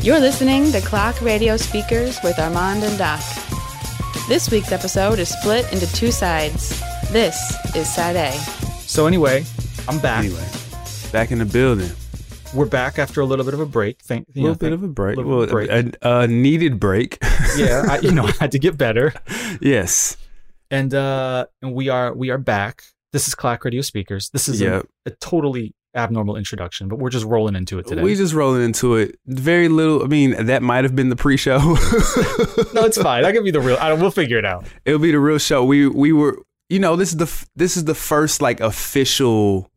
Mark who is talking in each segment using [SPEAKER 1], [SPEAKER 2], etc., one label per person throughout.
[SPEAKER 1] You're listening to Clock Radio Speakers with Armand and Doc. This week's episode is split into two sides. This is Side A.
[SPEAKER 2] So anyway, I'm back.
[SPEAKER 3] Anyway, back in the building.
[SPEAKER 2] We're back after a little bit of a break. Thank
[SPEAKER 3] A
[SPEAKER 2] you
[SPEAKER 3] little
[SPEAKER 2] know,
[SPEAKER 3] bit
[SPEAKER 2] thank-
[SPEAKER 3] of a break.
[SPEAKER 2] little
[SPEAKER 3] Well,
[SPEAKER 2] break.
[SPEAKER 3] A, a needed break.
[SPEAKER 2] yeah, I, you know, I had to get better.
[SPEAKER 3] yes.
[SPEAKER 2] And uh and we are we are back. This is Clack Radio Speakers. This is a-
[SPEAKER 3] Yep.
[SPEAKER 2] a, totally abnormal introduction, but we're just rolling into it today.
[SPEAKER 3] We just rolling into it. Very little. I mean, that might have been the pre-show.
[SPEAKER 2] no, it's fine. I can be the real. I, we'll figure it out.
[SPEAKER 3] It'll be the real show. We we were. You know, this is the f- this is the first like official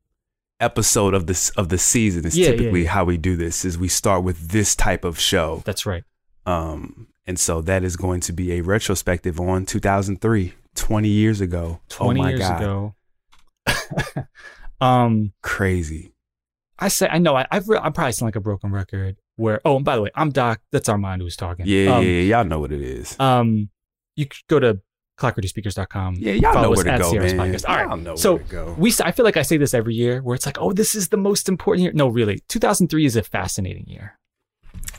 [SPEAKER 3] episode of this of the season. It's
[SPEAKER 2] Yeah, yeah,
[SPEAKER 3] typically how we do this. Is we start with this type of show.
[SPEAKER 2] That's right.
[SPEAKER 3] Um, and so that is going to be a retrospective on 2003, 20 years ago.
[SPEAKER 2] Twenty
[SPEAKER 3] oh my
[SPEAKER 2] years
[SPEAKER 3] God.
[SPEAKER 2] ago. um.
[SPEAKER 3] Crazy.
[SPEAKER 2] I say I know I I've re- I probably sound like a broken record. Where oh, and by the way, I'm Doc. That's Armand who's talking.
[SPEAKER 3] Yeah,
[SPEAKER 2] um,
[SPEAKER 3] yeah, yeah. Y'all know what it is.
[SPEAKER 2] Um, you could go to clockradiospeakers.com.
[SPEAKER 3] Yeah, y'all
[SPEAKER 2] Follow
[SPEAKER 3] know
[SPEAKER 2] us
[SPEAKER 3] where to
[SPEAKER 2] at
[SPEAKER 3] go,
[SPEAKER 2] CRS
[SPEAKER 3] man.
[SPEAKER 2] Podcast. All right,
[SPEAKER 3] Y'all know
[SPEAKER 2] so
[SPEAKER 3] where to go.
[SPEAKER 2] We s- I feel like I say this every year, where it's like, oh, this is the most important year. No, really, 2003 is a fascinating year.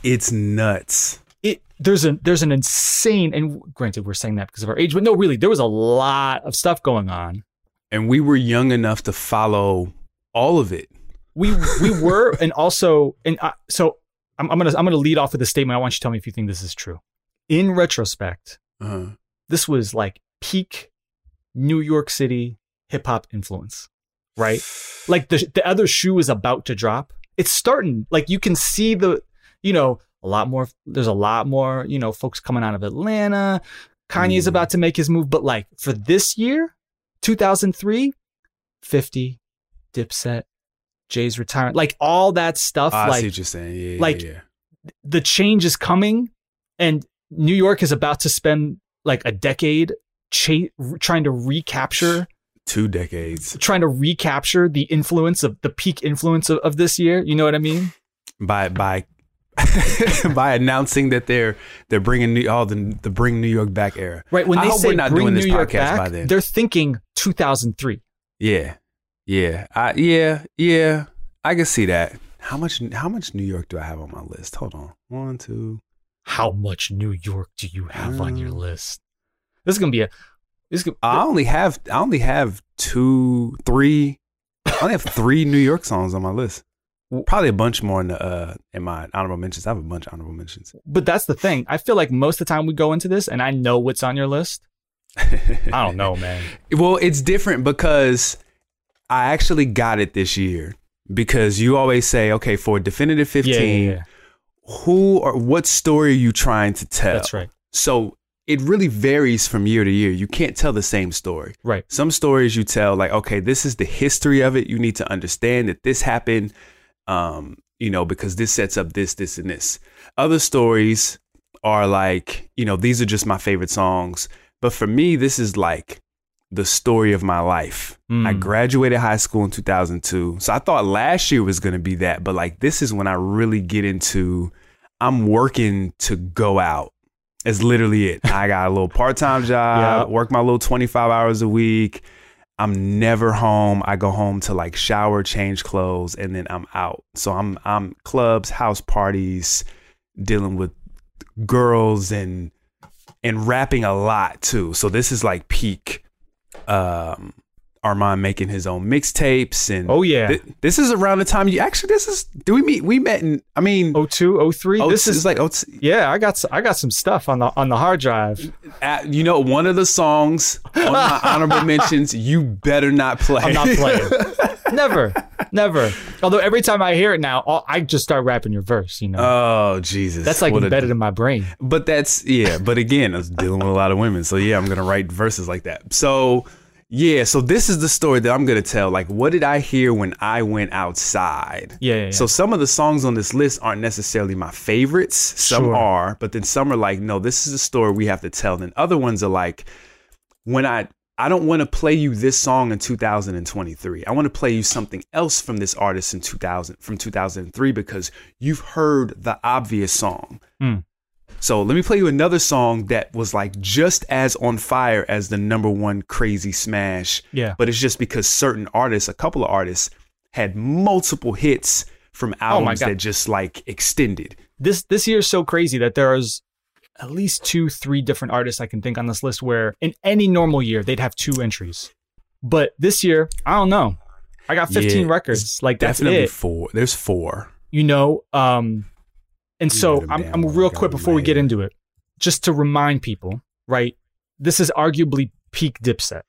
[SPEAKER 3] it's nuts.
[SPEAKER 2] It there's a there's an insane and granted we're saying that because of our age, but no, really, there was a lot of stuff going on.
[SPEAKER 3] And we were young enough to follow all of it.
[SPEAKER 2] We we were and also and I, so I'm, I'm gonna I'm gonna lead off with a statement. I want you to tell me if you think this is true. In retrospect,
[SPEAKER 3] Uh-huh.
[SPEAKER 2] this was like peak New York City hip hop influence, right? Like the the other shoe is about to drop. It's starting. Like you can see the, you know, a lot more. There's a lot more, you know, folks coming out of Atlanta. Kanye's
[SPEAKER 3] Mm.
[SPEAKER 2] about to make his move, but like for this year, 2003, 50, Dipset, Jay's retirement, like all that stuff.
[SPEAKER 3] Ah, I see
[SPEAKER 2] like
[SPEAKER 3] what you're saying. Yeah, yeah,
[SPEAKER 2] like-
[SPEAKER 3] yeah.
[SPEAKER 2] the change is coming and New York is about to spend like a decade cha- trying to recapture
[SPEAKER 3] two decades.
[SPEAKER 2] trying to recapture the influence of the peak influence of, of this year you know what i mean
[SPEAKER 3] by by by announcing that they're they're bringing new, all the the bring New York back era.
[SPEAKER 2] right when
[SPEAKER 3] I
[SPEAKER 2] they
[SPEAKER 3] hope
[SPEAKER 2] say
[SPEAKER 3] we're not
[SPEAKER 2] bring
[SPEAKER 3] doing
[SPEAKER 2] new
[SPEAKER 3] this
[SPEAKER 2] york
[SPEAKER 3] podcast
[SPEAKER 2] back
[SPEAKER 3] by then.
[SPEAKER 2] they're thinking 2003
[SPEAKER 3] Yeah, yeah, I, yeah, yeah. I can see that. How much how much New York do I have on my list? Hold on, one, two.
[SPEAKER 2] how much new york do you have on your
[SPEAKER 3] Mm. Ah.
[SPEAKER 2] list this is gonna be a this is gonna,
[SPEAKER 3] I only have I only have two, three. I only have three New York songs on my list. Probably a bunch more in the uh, in my honorable mentions. I have a bunch of honorable mentions.
[SPEAKER 2] but that's the thing i feel like most of the time we go into this and i know what's on your list i don't know man
[SPEAKER 3] Well, it's different because I actually got it this year because you always say, okay, for definitive
[SPEAKER 2] yeah,
[SPEAKER 3] fifteen,
[SPEAKER 2] yeah, yeah.
[SPEAKER 3] who or what story are you trying to tell?
[SPEAKER 2] that's right
[SPEAKER 3] So it really varies from year to year. You can't tell the same story.
[SPEAKER 2] right
[SPEAKER 3] Some stories you tell, like, okay, this is the history of it. You need to understand that this happened, um, you know, because this sets up this, this, and this. Other stories are like, you know, these are just my favorite songs. But for me, this is like the story of my life.
[SPEAKER 2] Mm.
[SPEAKER 3] I graduated high school in 2002. So I thought last year was going to be that. But like, this is when I really get into, I'm working to go out. It's literally it. I got a little part time job,
[SPEAKER 2] Yeah.
[SPEAKER 3] work my little 25 hours a week. I'm never home. I go home to like shower, change clothes, and then I'm out. So I'm I'm clubs, house parties, dealing with girls and and rapping a lot too. So this is like peak um Armand making his own mixtapes and
[SPEAKER 2] oh yeah
[SPEAKER 3] Thi- this is around the time you actually this is do we meet we met in I mean
[SPEAKER 2] 02, 03.
[SPEAKER 3] oh,
[SPEAKER 2] this is
[SPEAKER 3] like oh,
[SPEAKER 2] yeah. I got s- I got some stuff on the on the hard drive.
[SPEAKER 3] at, you know, one of the songs on my honorable mentions, you better not play.
[SPEAKER 2] I'm not playing. never, never. Although every time I hear it now, all, I just start rapping your verse. You know,
[SPEAKER 3] oh Jesus,
[SPEAKER 2] that's like
[SPEAKER 3] What a-
[SPEAKER 2] embedded in my brain.
[SPEAKER 3] But that's yeah. But again, I was dealing with a lot of women, so yeah, I'm gonna write verses like that. So yeah, so this is the story that I'm gonna tell. Like, what did I hear when I went outside?
[SPEAKER 2] Yeah. yeah, yeah.
[SPEAKER 3] So some of the songs on this list aren't necessarily my favorites. Some
[SPEAKER 2] Sure.
[SPEAKER 3] are, but then some are like, no, this is a story we have to tell. Then other ones are like, when I I don't want to play you this song in 2023. I want to play you something else from this artist in 2000 from 2003 because you've heard the obvious song.
[SPEAKER 2] Mm.
[SPEAKER 3] So let me play you another song that was like just as on fire as the number one crazy smash
[SPEAKER 2] yeah.
[SPEAKER 3] but it's just because certain artists, a couple of artists, had multiple hits from
[SPEAKER 2] Oh my
[SPEAKER 3] albums
[SPEAKER 2] God.
[SPEAKER 3] that just like extended.
[SPEAKER 2] this this year is so crazy that there is at least two, three different artists I can think on this list where in any normal year they'd have two entries. But this year, I don't know. I got 15
[SPEAKER 3] Yeah,
[SPEAKER 2] records. Like that's
[SPEAKER 3] Definitely
[SPEAKER 2] it.
[SPEAKER 3] four. There's four.
[SPEAKER 2] You know? Um and
[SPEAKER 3] You
[SPEAKER 2] so
[SPEAKER 3] had 'em
[SPEAKER 2] I'm,
[SPEAKER 3] down
[SPEAKER 2] I'm
[SPEAKER 3] on
[SPEAKER 2] real
[SPEAKER 3] the
[SPEAKER 2] quick
[SPEAKER 3] ground,
[SPEAKER 2] before we get
[SPEAKER 3] man.
[SPEAKER 2] into it, just to remind people, right? This is arguably peak dipset.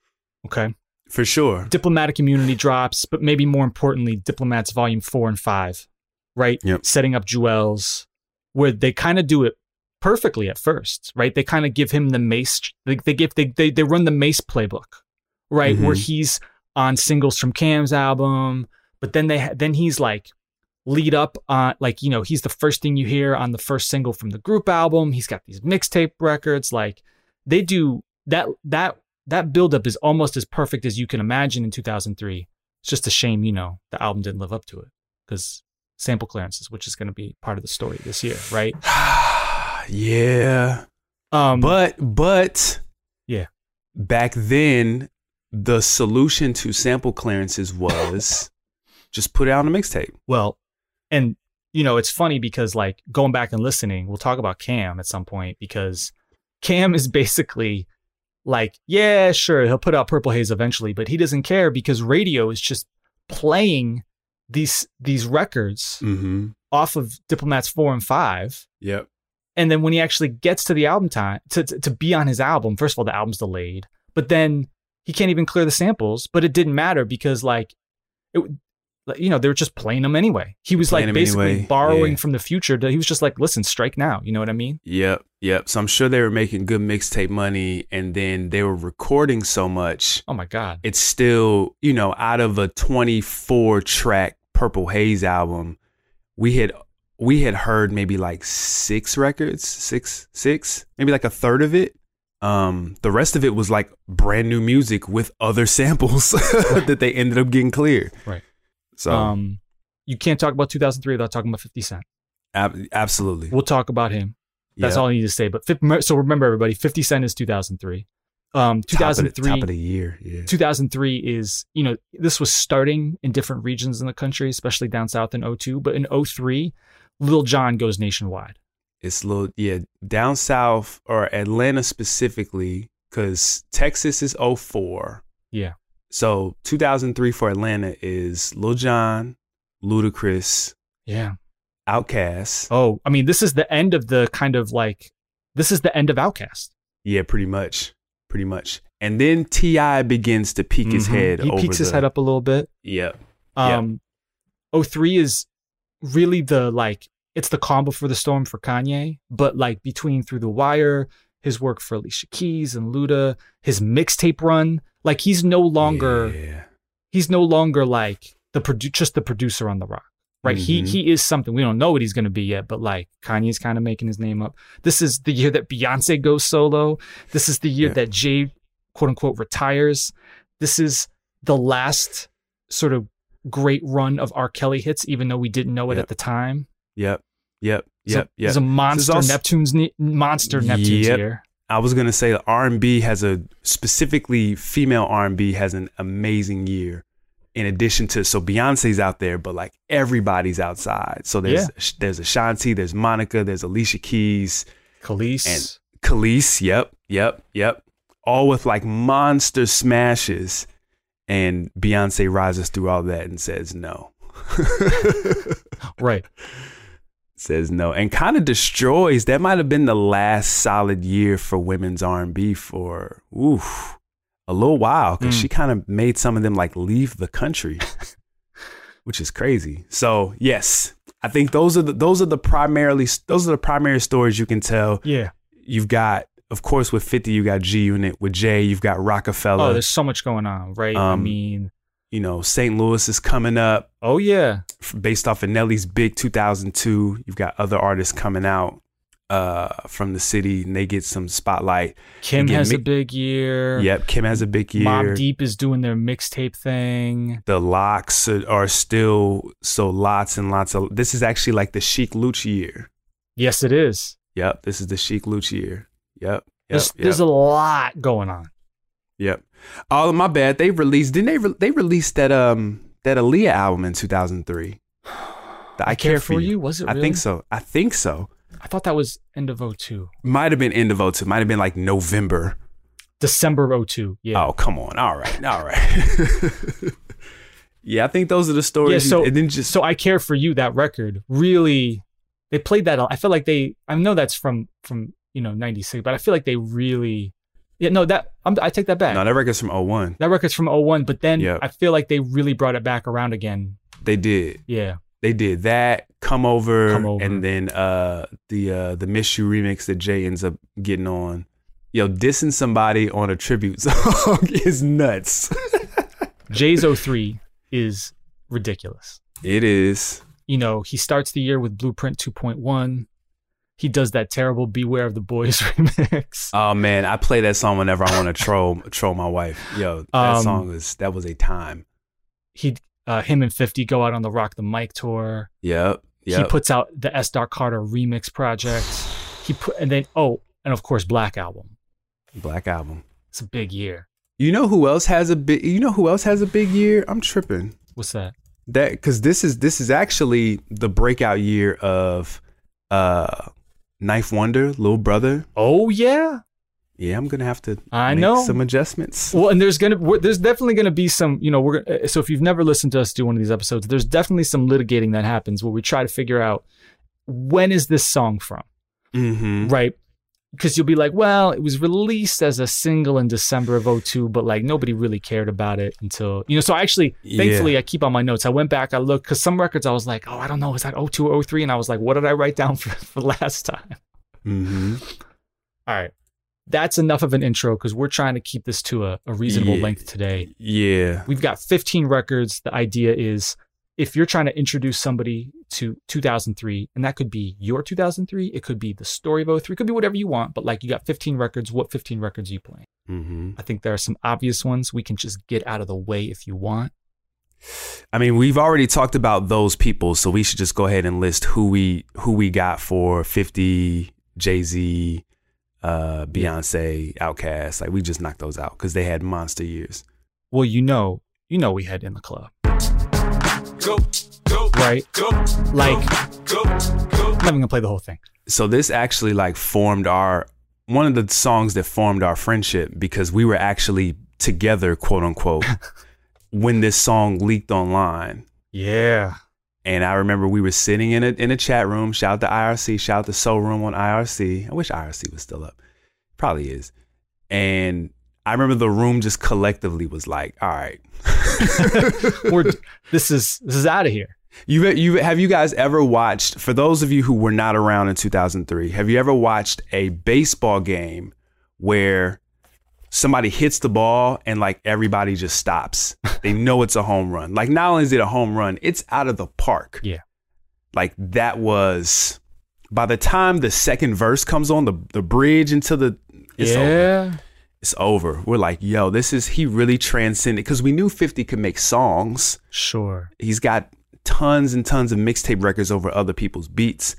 [SPEAKER 2] Okay.
[SPEAKER 3] For sure.
[SPEAKER 2] diplomatic immunity drops, but maybe more importantly, diplomats volume four and five, right?
[SPEAKER 3] Yep.
[SPEAKER 2] Setting up Jewels, where they kind of do it perfectly at first, right? They kind of give him the mace. They, they give they, they they run the mace playbook, right? Where
[SPEAKER 3] Mhm.
[SPEAKER 2] he's on singles from Cam's album, but then they ha- then he's like lead up on like you know he's the first thing you hear on the first single from the group album. He's got these mixtape records like they do that that that buildup is almost as perfect as you can imagine in 2003. It's just a shame, you know, the album didn't live up to it because sample clearances, which is going to be part of the story this year, right?
[SPEAKER 3] yeah.
[SPEAKER 2] Um,
[SPEAKER 3] But but
[SPEAKER 2] Yeah.
[SPEAKER 3] Back then the solution to sample clearances was just put it out on a mixtape.
[SPEAKER 2] well, and you know, it's funny because like going back and listening, we'll talk about Cam at some point because Cam is basically like, yeah, sure, he'll put out Purple Haze eventually, but he doesn't care because radio is just playing these these records
[SPEAKER 3] Mm-hmm.
[SPEAKER 2] off of Diplomats 4 and 5
[SPEAKER 3] Yep.
[SPEAKER 2] And then when he actually gets to the album time to, to, to be on his album, first of all, the album's delayed, but then he can't even clear the samples. But it didn't matter because like, it, like, you know, they were just playing them anyway. He was
[SPEAKER 3] Playing
[SPEAKER 2] like
[SPEAKER 3] 'em
[SPEAKER 2] basically
[SPEAKER 3] anyway,
[SPEAKER 2] borrowing
[SPEAKER 3] yeah.
[SPEAKER 2] from the future. To, he was just like, listen, strike now. You know what I mean?
[SPEAKER 3] Yep. Yep. So I'm sure they were making good mixtape money and then they were recording so much.
[SPEAKER 2] Oh my God.
[SPEAKER 3] It's still, you know, out of a 24 track Purple Haze album, we had we had heard maybe like six records, six, six, maybe like a third of it. Um, the rest of it was like brand new music with other samples that they ended up getting clear.
[SPEAKER 2] Right.
[SPEAKER 3] So
[SPEAKER 2] Um, you can't talk about 2003 without talking about 50 Cent.
[SPEAKER 3] ab- absolutely,
[SPEAKER 2] We'll talk about him. That's
[SPEAKER 3] Yeah.
[SPEAKER 2] all I need to say. But fif- so remember everybody, 50 Cent is 2003. Um,
[SPEAKER 3] Top of the-
[SPEAKER 2] 2003.
[SPEAKER 3] top of the year. Yeah.
[SPEAKER 2] 2003 is you know this was starting in different regions in the country especially down south in 02 but in 03 lil Jon goes nationwide
[SPEAKER 3] it's a little yeah down south or atlanta specifically because texas is 04
[SPEAKER 2] Yeah.
[SPEAKER 3] so 2003 for atlanta is lil Jon, ludacris
[SPEAKER 2] yeah
[SPEAKER 3] outkast
[SPEAKER 2] oh i mean this is the end of the kind of like this is the end of outcast
[SPEAKER 3] yeah pretty much pretty much and then ti begins to peek his head
[SPEAKER 2] Mm-hmm. he
[SPEAKER 3] over
[SPEAKER 2] peeks his
[SPEAKER 3] the-
[SPEAKER 2] head up a little bit
[SPEAKER 3] yeah Yeah.
[SPEAKER 2] um 03 is really the like it's the calm before the storm for kanye but like between through the wire his work for alicia keys and luda his mixtape run like he's no longer
[SPEAKER 3] yeah.
[SPEAKER 2] he's no longer like the produ- just the producer on the rock right
[SPEAKER 3] Mhm.
[SPEAKER 2] he he is something we don't know what he's going to be yet but like kanye's kind of making his name up this is the year that beyonce goes solo this is the year
[SPEAKER 3] Yeah.
[SPEAKER 2] that jay quote unquote retires this is the last sort of great run of r kelly hits even though we didn't know it
[SPEAKER 3] Yeah.
[SPEAKER 2] at the time
[SPEAKER 3] yep yep
[SPEAKER 2] So
[SPEAKER 3] yep yep
[SPEAKER 2] there's a monster
[SPEAKER 3] also-
[SPEAKER 2] neptune's ne- monster neptune's
[SPEAKER 3] Yep.
[SPEAKER 2] year
[SPEAKER 3] I was gonna say R and B has a specifically female R and B has an amazing year. In addition to so Beyonce's out there, but like everybody's outside. So there's there's Ashanti, there's Monica, there's Alicia Keys,
[SPEAKER 2] Khalees.
[SPEAKER 3] And- Khalees. Yep, yep, yep. All with like monster smashes, and Beyonce rises through all that and says no,
[SPEAKER 2] right
[SPEAKER 3] says no, and kind of destroys. That might have been the last solid year for women's R and B for oof a little while because
[SPEAKER 2] Mm.
[SPEAKER 3] she kind of made some of them like leave the country, which is crazy. So yes, I think those are the those are the primarily those are the primary stories you can tell.
[SPEAKER 2] yeah
[SPEAKER 3] You've got of course with Fifty, you got G Unit. With Jay, you've got
[SPEAKER 2] oh
[SPEAKER 3] Rockefeller.
[SPEAKER 2] there's so much going on right i
[SPEAKER 3] Um,
[SPEAKER 2] mean
[SPEAKER 3] you know St. Louis is coming up
[SPEAKER 2] oh yeah
[SPEAKER 3] f- based off of Nelly's big 2002. You've got other artists coming out uh from the city and they get some spotlight.
[SPEAKER 2] kim
[SPEAKER 3] Again,
[SPEAKER 2] has a
[SPEAKER 3] Mick-
[SPEAKER 2] big year
[SPEAKER 3] Yep, Kim has a big year.
[SPEAKER 2] Mob Deep is doing their mixtape thing.
[SPEAKER 3] the locks are, are still so lots and lots of this is actually like the Chic Luch year.
[SPEAKER 2] Yes, it is.
[SPEAKER 3] Yep, this is the Chic Luch year. Yep. Yep,
[SPEAKER 2] There's,
[SPEAKER 3] yep,
[SPEAKER 2] there's a lot going on.
[SPEAKER 3] yep. All of my bad. They released. Didn't they? Re- they released that um that Aaliyah album in two thousand three. The I, care, for you.
[SPEAKER 2] Was it?
[SPEAKER 3] I
[SPEAKER 2] really?
[SPEAKER 3] think so. I think so.
[SPEAKER 2] I thought that was end of 02.
[SPEAKER 3] Might have been end of 02. Might have been like November.
[SPEAKER 2] December 02. Yeah.
[SPEAKER 3] Oh, come on. All right. All right. yeah, I think those are the stories.
[SPEAKER 2] yeah. So
[SPEAKER 3] you, and then just
[SPEAKER 2] so I care for you. That record really, they played that. a- I feel like they. I know that's from from you know '96, but I feel like they really. Yeah. No, that I'm, I take that back.
[SPEAKER 3] no, that record's from 01.
[SPEAKER 2] that record's from 01, but then
[SPEAKER 3] Yeah.
[SPEAKER 2] I feel like they really brought it back around again.
[SPEAKER 3] They did.
[SPEAKER 2] Yeah.
[SPEAKER 3] They did that. Come over,
[SPEAKER 2] Come Over.
[SPEAKER 3] and then uh, the uh, the Miss You remix that Jay ends up getting on. Yo, dissing somebody on a tribute song is nuts.
[SPEAKER 2] Jay's 03 is ridiculous.
[SPEAKER 3] It is.
[SPEAKER 2] you know, he starts the year with Blueprint 2.1. He does that terrible Beware of the Boys remix.
[SPEAKER 3] Oh man, I play that song whenever I want to troll troll my wife. Yo, that
[SPEAKER 2] Um,
[SPEAKER 3] song is that was a time.
[SPEAKER 2] He, uh, him and 50 go out on the Rock the Mic tour.
[SPEAKER 3] Yep. Yep.
[SPEAKER 2] He puts out the S. Dark Carter remix project. He put, and then, oh, and of course, Black Album.
[SPEAKER 3] Black album.
[SPEAKER 2] It's a big year.
[SPEAKER 3] You know who else has a big you know who else has a big year? I'm tripping.
[SPEAKER 2] What's that?
[SPEAKER 3] That cuz this is this is actually the breakout year of uh Knife Wonder, Little Brother.
[SPEAKER 2] Oh, yeah.
[SPEAKER 3] Yeah, I'm going to have to
[SPEAKER 2] I
[SPEAKER 3] make
[SPEAKER 2] know.
[SPEAKER 3] some adjustments.
[SPEAKER 2] Well, and there's gonna we're, there's definitely gonna be some you know we're gonna, uh, so if you've never listened to us do one of these episodes, there's definitely some litigating that happens where we try to figure out when is this song from.
[SPEAKER 3] Mhm.
[SPEAKER 2] right? Because you'll be like, well, it was released as a single in December of 02, but like nobody really cared about it until, you know. So I actually,
[SPEAKER 3] Yeah.
[SPEAKER 2] thankfully, I keep on my notes. I went back, I looked, because some records I was like, oh, I don't know, is that 02 or 03? And I was like, what did I write down for, for last time?
[SPEAKER 3] Mhm.
[SPEAKER 2] All right. That's enough of an intro because we're trying to keep this to a, a reasonable
[SPEAKER 3] Yeah.
[SPEAKER 2] length today.
[SPEAKER 3] Yeah.
[SPEAKER 2] We've got 15 records. The idea is if you're trying to introduce somebody to 2003, and that could be your 2003, it could be the story of 03, it could be whatever you want, but like you got 15 records, what 15 records are you playing?
[SPEAKER 3] Mhm.
[SPEAKER 2] I think there are some obvious ones we can just get out of the way if you want.
[SPEAKER 3] I mean, we've already talked about those people, so we should just go ahead and list who we who we got for 50, Jay Z, uh, Beyonce, Outkast. Like we just knocked those out because they had monster years.
[SPEAKER 2] Well, you know, you know, we had in the club,
[SPEAKER 4] go, go,
[SPEAKER 2] right?
[SPEAKER 4] go,
[SPEAKER 2] Like,
[SPEAKER 4] go, go.
[SPEAKER 2] I'm not even gonna play the whole thing.
[SPEAKER 3] So this actually like formed our one of the songs that formed our friendship because we were actually together, quote unquote, when this song leaked online.
[SPEAKER 2] Yeah.
[SPEAKER 3] And I remember we were sitting in a in a chat room. Shout out to IRC. Shout out to Soul Room on IRC. I wish IRC was still up. Probably is. And I remember the room just collectively was like, "All right,
[SPEAKER 2] We're, this is this is out of here.
[SPEAKER 3] you you have you guys ever watched? For those of you who were not around in 2003, have you ever watched a baseball game where somebody hits the ball and like everybody just stops? they know it's a home run. Like not only is it a home run, it's out of the park.
[SPEAKER 2] Yeah.
[SPEAKER 3] like that was by the time the second verse comes on the the bridge into the it's over. It's over. We're like, yo, this is he really transcended because we knew 50 could make songs.
[SPEAKER 2] Sure.
[SPEAKER 3] He's got tons and tons of mixtape records over other people's beats,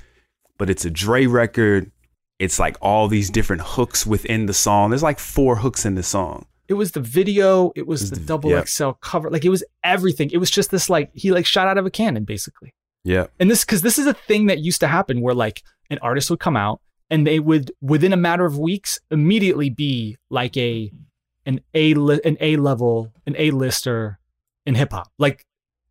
[SPEAKER 3] but it's a Dre record. It's like all these different hooks within the song. There's like four hooks in the song.
[SPEAKER 2] It was the video. It was the
[SPEAKER 3] Yep.
[SPEAKER 2] double XL cover. Like it was everything. It was just this like he like shot out of a cannon basically.
[SPEAKER 3] Yeah.
[SPEAKER 2] And this because this is a thing that used to happen where like an artist would come out and they would within a matter of weeks immediately be like a an a li- an a level an a lister in hip hop. Like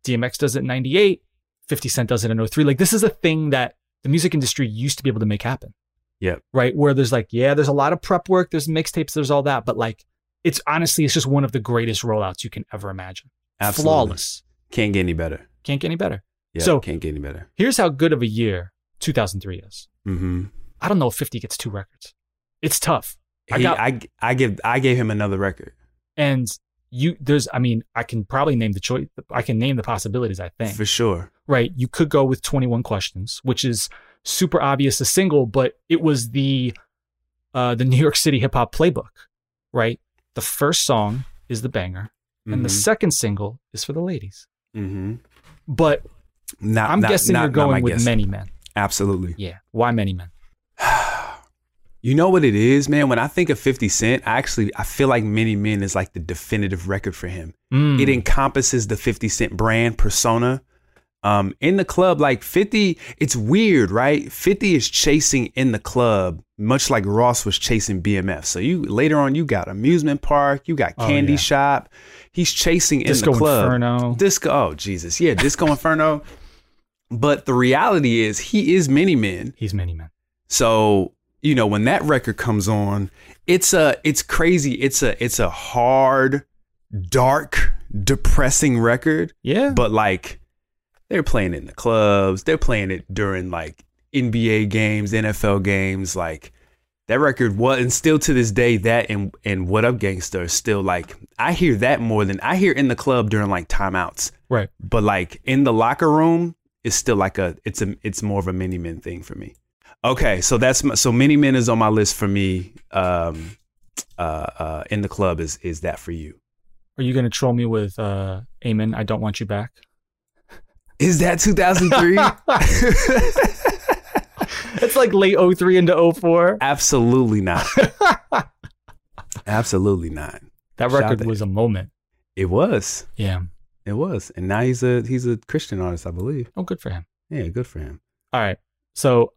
[SPEAKER 2] DMX does it in '98, 50 Cent does it in 03. Like this is a thing that the music industry used to be able to make happen
[SPEAKER 3] Yep.
[SPEAKER 2] right? Where there's like, yeah, there's a lot of prep work, there's mixtapes, there's all that, but like, it's honestly, it's just one of the greatest rollouts you can ever imagine.
[SPEAKER 3] Absolutely.
[SPEAKER 2] Flawless.
[SPEAKER 3] Can't get any better.
[SPEAKER 2] Can't get any better.
[SPEAKER 3] Yeah.
[SPEAKER 2] So-
[SPEAKER 3] can't get any better.
[SPEAKER 2] Here's how good of a year 2003 is.
[SPEAKER 3] Mm-hmm.
[SPEAKER 2] I don't know if 50 gets two records. It's tough. I
[SPEAKER 3] I,
[SPEAKER 2] got-
[SPEAKER 3] I I give I gave him another record.
[SPEAKER 2] And you, there's, I mean, I can probably name the choice. I can name the possibilities, I think.
[SPEAKER 3] For sure.
[SPEAKER 2] right? You could go with 21 questions, which is super obvious a single, but it was the uh, the New York City hip hop playbook, right? The first song is the banger, and
[SPEAKER 3] Mm-hmm.
[SPEAKER 2] the second single is for the ladies.
[SPEAKER 3] hmm
[SPEAKER 2] But
[SPEAKER 3] Not,
[SPEAKER 2] Mm-hmm. I'm
[SPEAKER 3] Uh, not-
[SPEAKER 2] guessing
[SPEAKER 3] not-
[SPEAKER 2] you're
[SPEAKER 3] not my
[SPEAKER 2] going with
[SPEAKER 3] guess.
[SPEAKER 2] many men.
[SPEAKER 3] Absolutely.
[SPEAKER 2] Yeah, why many men?
[SPEAKER 3] You know what it is, man? When I think of 50 Cent, I actually I feel like Many Men is like the definitive record for him.
[SPEAKER 2] Mm,
[SPEAKER 3] It encompasses the 50 Cent brand persona. Um, in the club, like 50, it's weird, right? 50 is chasing in the club, much like Ross was chasing BMF. So you later on, you got amusement park, you got
[SPEAKER 2] Oh,
[SPEAKER 3] candy
[SPEAKER 2] yeah.
[SPEAKER 3] shop. He's chasing in
[SPEAKER 2] Disco
[SPEAKER 3] the club.
[SPEAKER 2] Inferno.
[SPEAKER 3] Disco, oh Jesus, yeah, Disco Inferno. But the reality is, he is many men.
[SPEAKER 2] He's many men.
[SPEAKER 3] So you know when that record comes on, it's a it's crazy. It's a it's a hard, dark, depressing record.
[SPEAKER 2] Yeah.
[SPEAKER 3] But like they're playing it in the clubs, they're playing it during like NBA games, NFL games. Like that record was, and still to this day, that and and What Up Gangsta is still like I hear that more than I hear in the club during like timeouts.
[SPEAKER 2] right.
[SPEAKER 3] But like in the locker room, it's still like a it's a it's more of a mini men thing for me. Okay, so that's my, so mini men is on my list for me. Um, uh, uh, in the club is is that for you?
[SPEAKER 2] Are you gonna troll me with uh Amen, I don't want you back?
[SPEAKER 3] Is that 2003?
[SPEAKER 2] It's like late 03 into 04.
[SPEAKER 3] Absolutely not. Absolutely not.
[SPEAKER 2] That
[SPEAKER 3] Shout
[SPEAKER 2] record
[SPEAKER 3] out.
[SPEAKER 2] was a moment.
[SPEAKER 3] It was.
[SPEAKER 2] Yeah.
[SPEAKER 3] It was. And now he's a he's a Christian artist, I believe.
[SPEAKER 2] Oh, good for him.
[SPEAKER 3] Yeah, good for him.
[SPEAKER 2] All right. So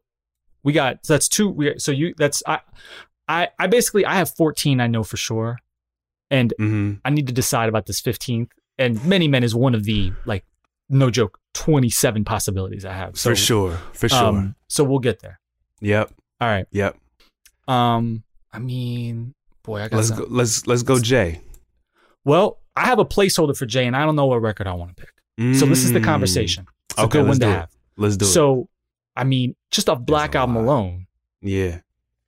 [SPEAKER 2] we got so that's two we so you that's I I I basically I have 14 I know for sure. And
[SPEAKER 3] hmm
[SPEAKER 2] I need to decide about this 15th and many men is one of the like no joke 27 possibilities I have. So
[SPEAKER 3] for sure. For sure.
[SPEAKER 2] um, so we'll get there.
[SPEAKER 3] yep.
[SPEAKER 2] All right.
[SPEAKER 3] Yep.
[SPEAKER 2] Um I mean, boy, I got
[SPEAKER 3] Let's
[SPEAKER 2] some-
[SPEAKER 3] go, let's let's go Jay.
[SPEAKER 2] Well, I have a placeholder for Jay and I don't know what record I want to pick. So this is the
[SPEAKER 3] Mm.
[SPEAKER 2] conversation. It's
[SPEAKER 3] Okay,
[SPEAKER 2] a good one
[SPEAKER 3] let's
[SPEAKER 2] to
[SPEAKER 3] do it.
[SPEAKER 2] have.
[SPEAKER 3] Let's do it.
[SPEAKER 2] So, I mean, just off Black
[SPEAKER 3] a
[SPEAKER 2] Album
[SPEAKER 3] lot.
[SPEAKER 2] alone,
[SPEAKER 3] Yeah.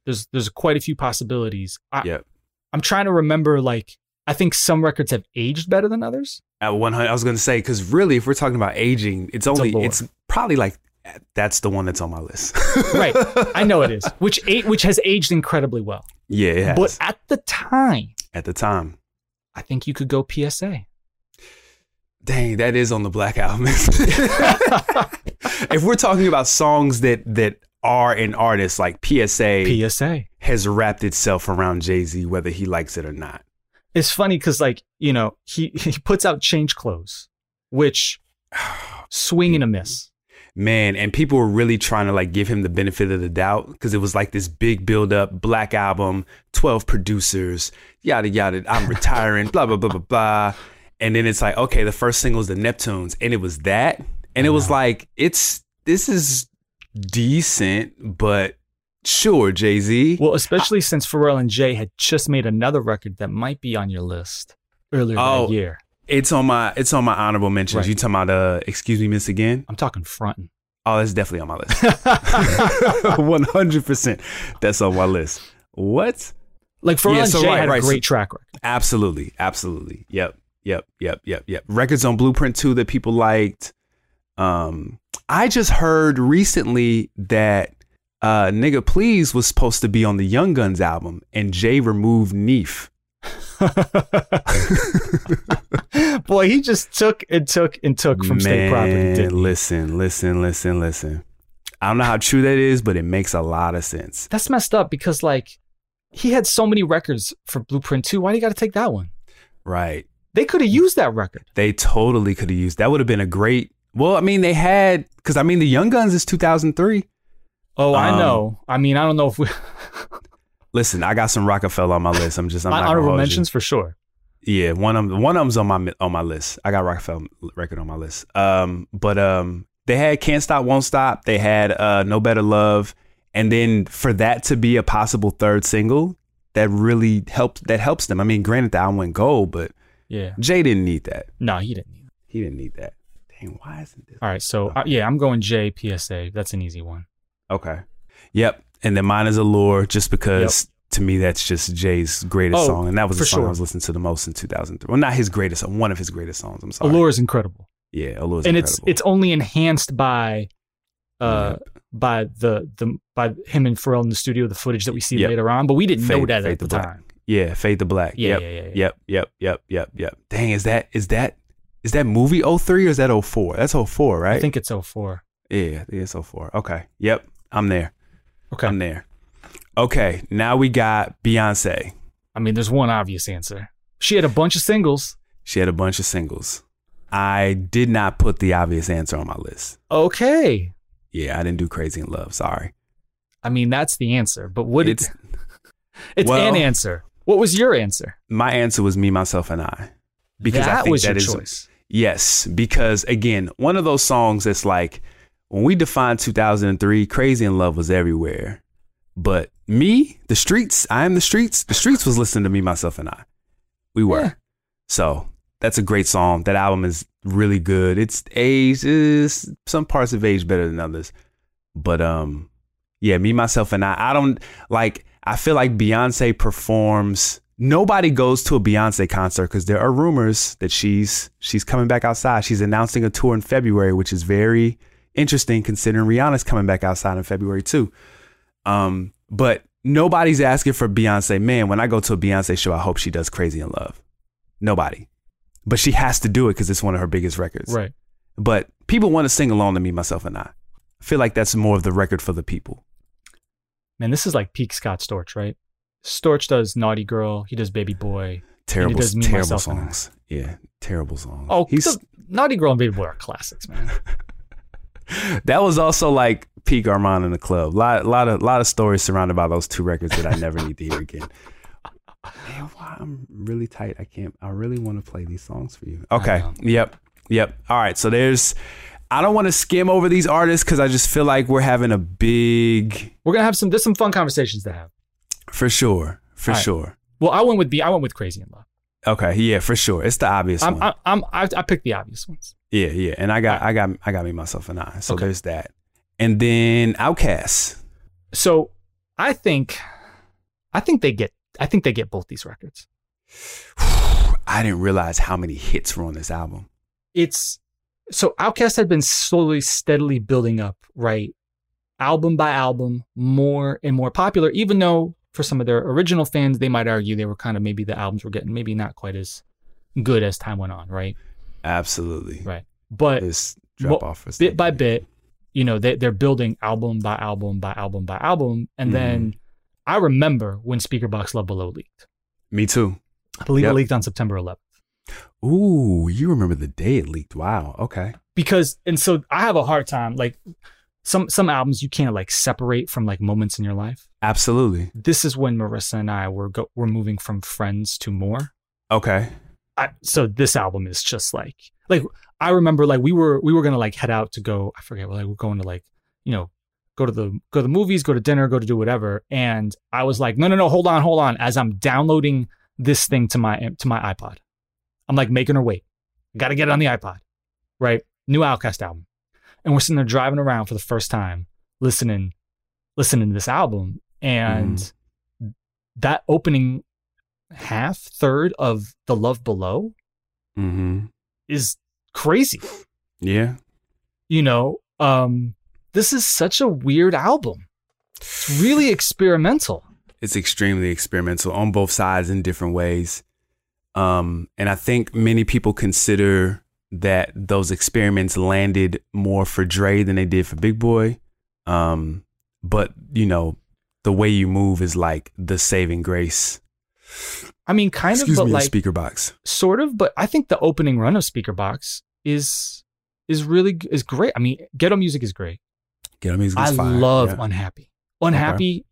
[SPEAKER 2] there's there's quite a few possibilities. I,
[SPEAKER 3] Yep.
[SPEAKER 2] I'm trying to remember. Like, I think some records have aged better than others.
[SPEAKER 3] At 100 I was going to say cuz really if we're talking about aging, it's only
[SPEAKER 2] lore.
[SPEAKER 3] it's probably like that's the one that's on my list.
[SPEAKER 2] Right. I know it is, which a, which has aged incredibly well.
[SPEAKER 3] yeah, it has.
[SPEAKER 2] But at the time,
[SPEAKER 3] at the time.
[SPEAKER 2] I think you could go PSA.
[SPEAKER 3] Dang, that is on the black album. if we're talking about songs that that are an artist, like PSA
[SPEAKER 2] PSA.
[SPEAKER 3] has wrapped itself around Jay Z, whether he likes it or not.
[SPEAKER 2] It's funny because like you know he he puts out Change Clothes, which swing and a miss.
[SPEAKER 3] Man, and people were really trying to like give him the benefit of the doubt because it was like this big build up, black album, twelve producers, yada yada. I'm retiring, blah blah blah blah blah. And then it's like, okay, the first single is the Neptunes, and it was that, and it was like, it's this is decent, but sure, Jay Z.
[SPEAKER 2] Well, especially since Pharrell and Jay had just made another record that might be on your list earlier
[SPEAKER 3] Oh.
[SPEAKER 2] that year.
[SPEAKER 3] It's on my it's on my honorable mentions.
[SPEAKER 2] Right.
[SPEAKER 3] You talking about uh excuse me, miss again?
[SPEAKER 2] I'm talking frontin'.
[SPEAKER 3] Oh, that's definitely on my list. One hundred percent. That's on my list. What?
[SPEAKER 2] Like Pharrell
[SPEAKER 3] Yeah,
[SPEAKER 2] and
[SPEAKER 3] so
[SPEAKER 2] Jay
[SPEAKER 3] right,
[SPEAKER 2] had
[SPEAKER 3] right,
[SPEAKER 2] a
[SPEAKER 3] so-
[SPEAKER 2] great track record.
[SPEAKER 3] Absolutely. Absolutely. Yep. Yep. Yep. Yep. Yep. Records on Blueprint too that people liked. Um I just heard recently that uh Nigga Please was supposed to be on the Young Guns album and Jay removed Neef.
[SPEAKER 2] Boy, he just took and took and took from state property.
[SPEAKER 3] Man,
[SPEAKER 2] Didn't he?
[SPEAKER 3] Listen, listen, listen, listen. I don't know how true that is, but it makes a lot of sense.
[SPEAKER 2] That's messed up because like he had so many records for Blueprint 2. Why do you got to take that one?
[SPEAKER 3] Right.
[SPEAKER 2] They could have used that record.
[SPEAKER 3] They totally could have used that. Would have been a great. Well, I mean, they had because I mean, the Young Guns is 2003.
[SPEAKER 2] Oh, I
[SPEAKER 3] Um,
[SPEAKER 2] know. I mean, I don't know if we
[SPEAKER 3] Listen, I got some Rockefeller on my list. I'm just I'm not gonna
[SPEAKER 2] honorable
[SPEAKER 3] hold you.
[SPEAKER 2] mentions for sure.
[SPEAKER 3] Yeah, one of 'em- one of them's on my mi- on my list. I got Rockefeller record on my list. Um, but um, they had Can't Stop, Won't Stop. They had uh, No Better Love, and then for that to be a possible third single, that really helped. That helps them. I mean, granted, the album went gold, but
[SPEAKER 2] Yeah.
[SPEAKER 3] Jay didn't need that.
[SPEAKER 2] No, he didn't. Either.
[SPEAKER 3] He didn't need that. Dang, why isn't this?
[SPEAKER 2] All right, so uh, yeah, I'm going J PSA. That's an easy one.
[SPEAKER 3] Okay. Yep. And then mine is Allure, just because to me that's just Jay's greatest
[SPEAKER 2] Oh,
[SPEAKER 3] song, and that was the
[SPEAKER 2] for
[SPEAKER 3] song
[SPEAKER 2] sure.
[SPEAKER 3] I was listening to the most in 2003. Well, not his greatest, song, one of his greatest songs. I'm sorry.
[SPEAKER 2] Allure is incredible.
[SPEAKER 3] Yeah, Allure's
[SPEAKER 2] and
[SPEAKER 3] incredible.
[SPEAKER 2] it's it's only enhanced by uh by the the by him and Pharrell in the studio the footage that we see
[SPEAKER 3] Yep.
[SPEAKER 2] later on but we didn't know
[SPEAKER 3] Fade-
[SPEAKER 2] that
[SPEAKER 3] Fade
[SPEAKER 2] at
[SPEAKER 3] to
[SPEAKER 2] the
[SPEAKER 3] Black.
[SPEAKER 2] time
[SPEAKER 3] Yeah, Fade to Black.
[SPEAKER 2] Yeah,
[SPEAKER 3] yep.
[SPEAKER 2] yeah, yeah, yeah.
[SPEAKER 3] Yep, yep, yep, yep, yep. Dang, is that is that is that movie 03 or is that 04? That's 04, right?
[SPEAKER 2] I think it's 04
[SPEAKER 3] yeah, I think it's 04. Okay. Yep. I'm there.
[SPEAKER 2] okay
[SPEAKER 3] I'm there. Okay, now we got Beyonce.
[SPEAKER 2] I mean there's one obvious answer she had a bunch of singles
[SPEAKER 3] She had a bunch of singles. I did not put the obvious answer on my list.
[SPEAKER 2] Okay.
[SPEAKER 3] Yeah, I didn't do Crazy in Love. Sorry.
[SPEAKER 2] I mean, that's the answer. But what it's
[SPEAKER 3] It's-
[SPEAKER 2] it's
[SPEAKER 3] well-
[SPEAKER 2] an answer. What was your answer?
[SPEAKER 3] my answer was me, myself, and I. Because
[SPEAKER 2] that
[SPEAKER 3] I think
[SPEAKER 2] was
[SPEAKER 3] that
[SPEAKER 2] your
[SPEAKER 3] is
[SPEAKER 2] choice.
[SPEAKER 3] yes. Because again, one of those songs that's like when we defined 2003, Crazy in Love was everywhere, but me, the streets, I am the streets. The streets was listening to me, myself, and I. We were.
[SPEAKER 2] Yeah.
[SPEAKER 3] So that's a great song. That album is really good. It's aged is some parts of age better than others, but um, yeah, me myself and I. I don't like. I feel like Beyonce performs. Nobody goes to a Beyonce concert because there are rumors that she's she's coming back outside. She's announcing a tour in February, which is very interesting considering Rihanna's coming back outside in February too. Um, but nobody's asking for Beyonce. Man, when I go to a Beyonce show, I hope she does Crazy in Love. Nobody. But she has to do it because it's one of her biggest records.
[SPEAKER 2] Right.
[SPEAKER 3] But people want to sing along to me, myself, and I. I feel like that's more of the record for the people.
[SPEAKER 2] Man, this is like peak Scott Storch, right? Storch does Naughty Girl. He does Baby Boy.
[SPEAKER 3] Terrible,
[SPEAKER 2] does Me,
[SPEAKER 3] terrible
[SPEAKER 2] Myself, and I.
[SPEAKER 3] songs. Yeah, terrible songs.
[SPEAKER 2] Oh,
[SPEAKER 3] he's
[SPEAKER 2] the- Naughty Girl and Baby Boy are classics, man.
[SPEAKER 3] that was also like peak Armand in the club. Lot, lot of, lot of stories surrounded by those two records that I never need to hear again. Man, why I'm really tight. I can't. I really want to play these songs for you. Okay. Yep. Yep. All right. So there's. I don't want to skim over these artists because I just feel like we're having a big,
[SPEAKER 2] We're gonna have some. There's some fun conversations to have.
[SPEAKER 3] for sure, for
[SPEAKER 2] All right.
[SPEAKER 3] sure.
[SPEAKER 2] Well, I went with B. I went with Crazy in Love.
[SPEAKER 3] Okay. Yeah, for sure. It's the obvious
[SPEAKER 2] I'm,
[SPEAKER 3] one.
[SPEAKER 2] I'm, I'm, I, I picked the obvious ones.
[SPEAKER 3] Yeah, yeah. And I got I got I got me myself and I. So
[SPEAKER 2] Okay.
[SPEAKER 3] there's that. And then Outcast.
[SPEAKER 2] So I think, I think they get. I think they get both these records.
[SPEAKER 3] I didn't realize how many hits were on this album.
[SPEAKER 2] it's so Outkast had been slowly, steadily building up, right? Album by album, more and more popular, even though for some of their original fans, they might argue they were kind of maybe the albums were getting maybe not quite as good as time went on, right?
[SPEAKER 3] Absolutely.
[SPEAKER 2] Right. But
[SPEAKER 3] This drop
[SPEAKER 2] mo-
[SPEAKER 3] off was
[SPEAKER 2] bit by bit, you know, they, they're building album by album by album by album. And
[SPEAKER 3] Mm-hmm.
[SPEAKER 2] then I remember when Speaker Box Love Below leaked.
[SPEAKER 3] Me too.
[SPEAKER 2] I believe
[SPEAKER 3] Yep.
[SPEAKER 2] it leaked on September 11th.
[SPEAKER 3] Ooh, you remember the day it leaked. Wow. Okay.
[SPEAKER 2] because and so I have a hard time like some some albums you can't like separate from like moments in your life.
[SPEAKER 3] Absolutely.
[SPEAKER 2] This is when Marissa and I were go, were moving from friends to more.
[SPEAKER 3] Okay.
[SPEAKER 2] I, so this album is just like like I remember like we were we were gonna like head out to go I forget like we're going to like you know go to the go to the movies go to dinner go to do whatever and I was like no no no hold on hold on as I'm downloading this thing to my to my iPod I'm like making her wait got to get it on the iPod right new Outcast album and we're sitting there driving around for the first time listening listening to this album and that opening half third of the love below
[SPEAKER 3] Mm-hmm.
[SPEAKER 2] is crazy
[SPEAKER 3] Yeah.
[SPEAKER 2] you know um this is such a weird album it's really experimental
[SPEAKER 3] it's extremely experimental on both sides in different ways. Um, and I think many people consider that those experiments landed more for Dre than they did for Big Boy. Um, but you know, the way you move is like the saving grace.
[SPEAKER 2] i mean kind
[SPEAKER 3] Excuse
[SPEAKER 2] of but
[SPEAKER 3] me, the
[SPEAKER 2] like
[SPEAKER 3] speaker box.
[SPEAKER 2] sort of but i think the opening run of speaker box is is really g- is great i mean ghetto music is great
[SPEAKER 3] Get him. He's
[SPEAKER 2] i
[SPEAKER 3] fire.
[SPEAKER 2] love
[SPEAKER 3] Yeah.
[SPEAKER 2] unhappy unhappy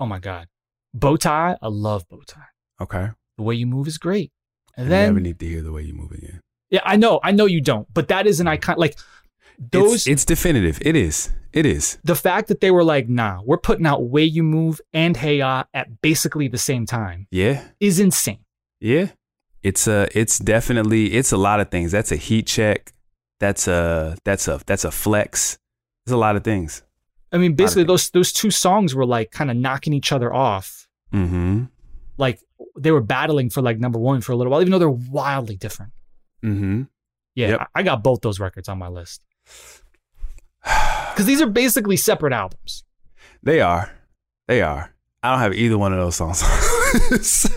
[SPEAKER 2] oh my god bow tie i love bow tie
[SPEAKER 3] Okay.
[SPEAKER 2] the way you move is great
[SPEAKER 3] I
[SPEAKER 2] and then
[SPEAKER 3] never need to hear the way you move again.
[SPEAKER 2] Yeah, I know, I know you don't, but that is an icon. Like
[SPEAKER 3] Those.
[SPEAKER 2] those,
[SPEAKER 3] It's, it's definitive. It is. It is.
[SPEAKER 2] the fact that they were like, "Nah, we're putting out Way You Move" and Hey Ya at basically the same time
[SPEAKER 3] Yeah.
[SPEAKER 2] is insane.
[SPEAKER 3] Yeah. It's a it's definitely it's a lot of things. That's a heat check. That's a that's a that's a flex. There's a lot of things.
[SPEAKER 2] I mean, basically
[SPEAKER 3] think-
[SPEAKER 2] those those two songs were like kind of knocking each other off.
[SPEAKER 3] Mm-hmm.
[SPEAKER 2] Like they were battling for like number one for a little while, even though they're wildly different.
[SPEAKER 3] Mm-hmm.
[SPEAKER 2] Yeah,
[SPEAKER 3] Yep.
[SPEAKER 2] I, I got both those records on my list because these are basically separate albums.
[SPEAKER 3] They are. They are. I don't have either one of those songs.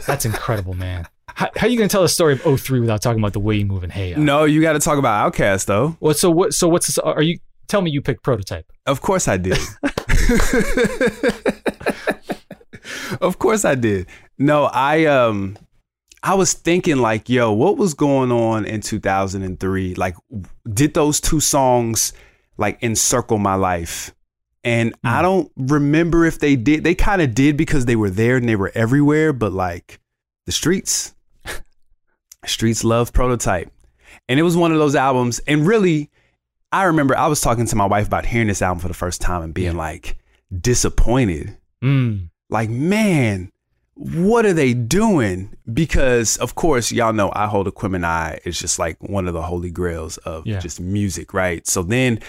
[SPEAKER 2] That's incredible, man. How, how are you gonna tell the story of 03 without talking about the way you move and Hey Ya?
[SPEAKER 3] no, you gotta talk about Outcast though.
[SPEAKER 2] What? So what? So what's? This, are you? Tell me you picked Prototype.
[SPEAKER 3] Of course I did. of course I did. No, I um I was thinking like, yo, what was going on in 2003? Like, did those two songs like encircle my life? And I don't remember if they did. They kind of did because they were there and they were everywhere, but like the streets, streets love prototype. And it was one of those albums. And really, I remember I was talking to my wife about hearing this album for the first time and being like disappointed.
[SPEAKER 2] Mm.
[SPEAKER 3] Like, man, what are they doing? Because of course, y'all know I hold a Quemini is just like one of the holy grails of
[SPEAKER 2] Yeah.
[SPEAKER 3] just music, right? So then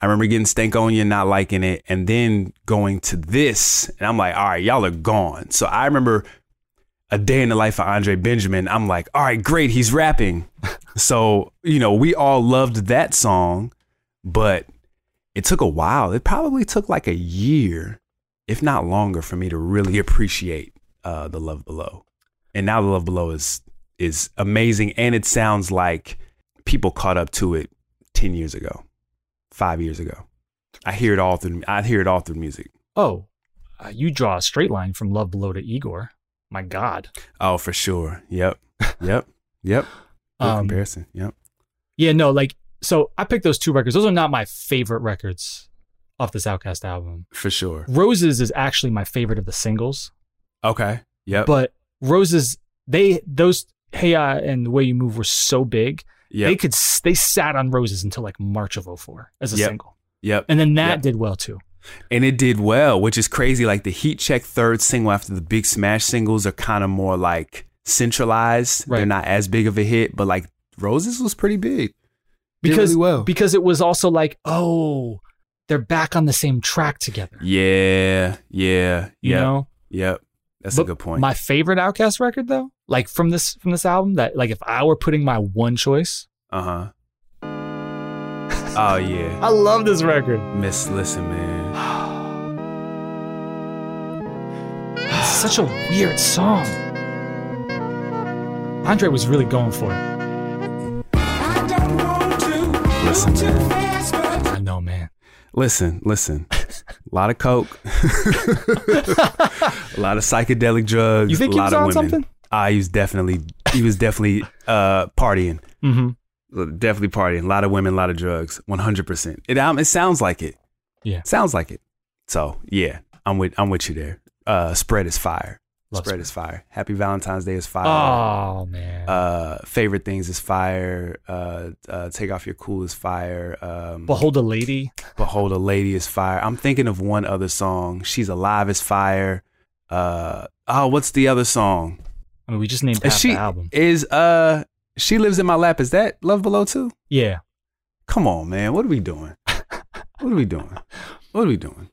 [SPEAKER 3] I remember getting Stank on you, not liking it, and then going to this, and I'm like, all right, y'all are gone. So I remember a day in the life of Andre Benjamin. I'm like, all right, great, he's rapping. so you know, we all loved that song, but it took a while. It probably took like a year, if not longer, for me to really appreciate uh, the Love Below. And now the Love Below is is amazing, and it sounds like people caught up to it ten years ago, five years ago. I hear it all through. I hear it all through music.
[SPEAKER 2] Oh, uh, you draw a straight line from Love Below to Igor. My God.
[SPEAKER 3] Oh, for sure. Yep. Yep. Yep. Good
[SPEAKER 2] Um,
[SPEAKER 3] comparison. Yep.
[SPEAKER 2] Yeah, no, like so I picked those two records. Those are not my favorite records off this Outcast album.
[SPEAKER 3] For sure.
[SPEAKER 2] Roses is actually my favorite of the singles,
[SPEAKER 3] Okay. Yep.
[SPEAKER 2] but Roses they those Hey Ya and The Way You Move were so big.
[SPEAKER 3] yep.
[SPEAKER 2] They could s- they sat on Roses until like March of 04 as a
[SPEAKER 3] Yep.
[SPEAKER 2] single.
[SPEAKER 3] yep.
[SPEAKER 2] And then that
[SPEAKER 3] Yep.
[SPEAKER 2] did well too.
[SPEAKER 3] And it did well, which is crazy. Like the Heat Check third single after the big smash singles are kind of more like centralized.
[SPEAKER 2] Right.
[SPEAKER 3] They're not as big of a hit, but like Roses was pretty big. Did
[SPEAKER 2] Because
[SPEAKER 3] really well.
[SPEAKER 2] because it was also like, oh, they're back on the same track together.
[SPEAKER 3] Yeah. Yeah.
[SPEAKER 2] You
[SPEAKER 3] Yep.
[SPEAKER 2] know?
[SPEAKER 3] Yep. That's a
[SPEAKER 2] But
[SPEAKER 3] good point.
[SPEAKER 2] My favorite Outcast record though, like from this from this album, that like if I were putting my one choice,
[SPEAKER 3] uh huh. oh yeah.
[SPEAKER 2] I love this record.
[SPEAKER 3] Miss listen, man.
[SPEAKER 2] It's such a weird song. Andre was really going for it.
[SPEAKER 3] Listen.
[SPEAKER 2] I know, man.
[SPEAKER 3] Listen, listen. A lot of coke, a lot of psychedelic drugs.
[SPEAKER 2] You think
[SPEAKER 3] a
[SPEAKER 2] he
[SPEAKER 3] lot
[SPEAKER 2] was
[SPEAKER 3] of
[SPEAKER 2] on
[SPEAKER 3] women.
[SPEAKER 2] something?
[SPEAKER 3] Ah, he was definitely he was definitely uh, partying,
[SPEAKER 2] Mm-hmm.
[SPEAKER 3] definitely partying. A lot of women, a lot of drugs. One hundred percent. It um, it sounds like it.
[SPEAKER 2] Yeah.
[SPEAKER 3] sounds like it. So yeah, I'm with I'm with you there. Uh, spread is fire.
[SPEAKER 2] Love
[SPEAKER 3] spread is fire. Happy Valentine's Day is fire.
[SPEAKER 2] Oh man.
[SPEAKER 3] Uh, favorite things is fire. Uh, uh, take off your cool is fire. Um,
[SPEAKER 2] Behold a lady.
[SPEAKER 3] Behold a Lady is Fire. I'm thinking of one other song. She's Alive is Fire. Uh oh, what's the other song?
[SPEAKER 2] I mean, we just named
[SPEAKER 3] Is
[SPEAKER 2] half
[SPEAKER 3] she
[SPEAKER 2] the album.
[SPEAKER 3] is uh She Lives in My Lap. Is that Love Below too?
[SPEAKER 2] Yeah.
[SPEAKER 3] Come on, man. What are we doing? what are we doing? What are we doing?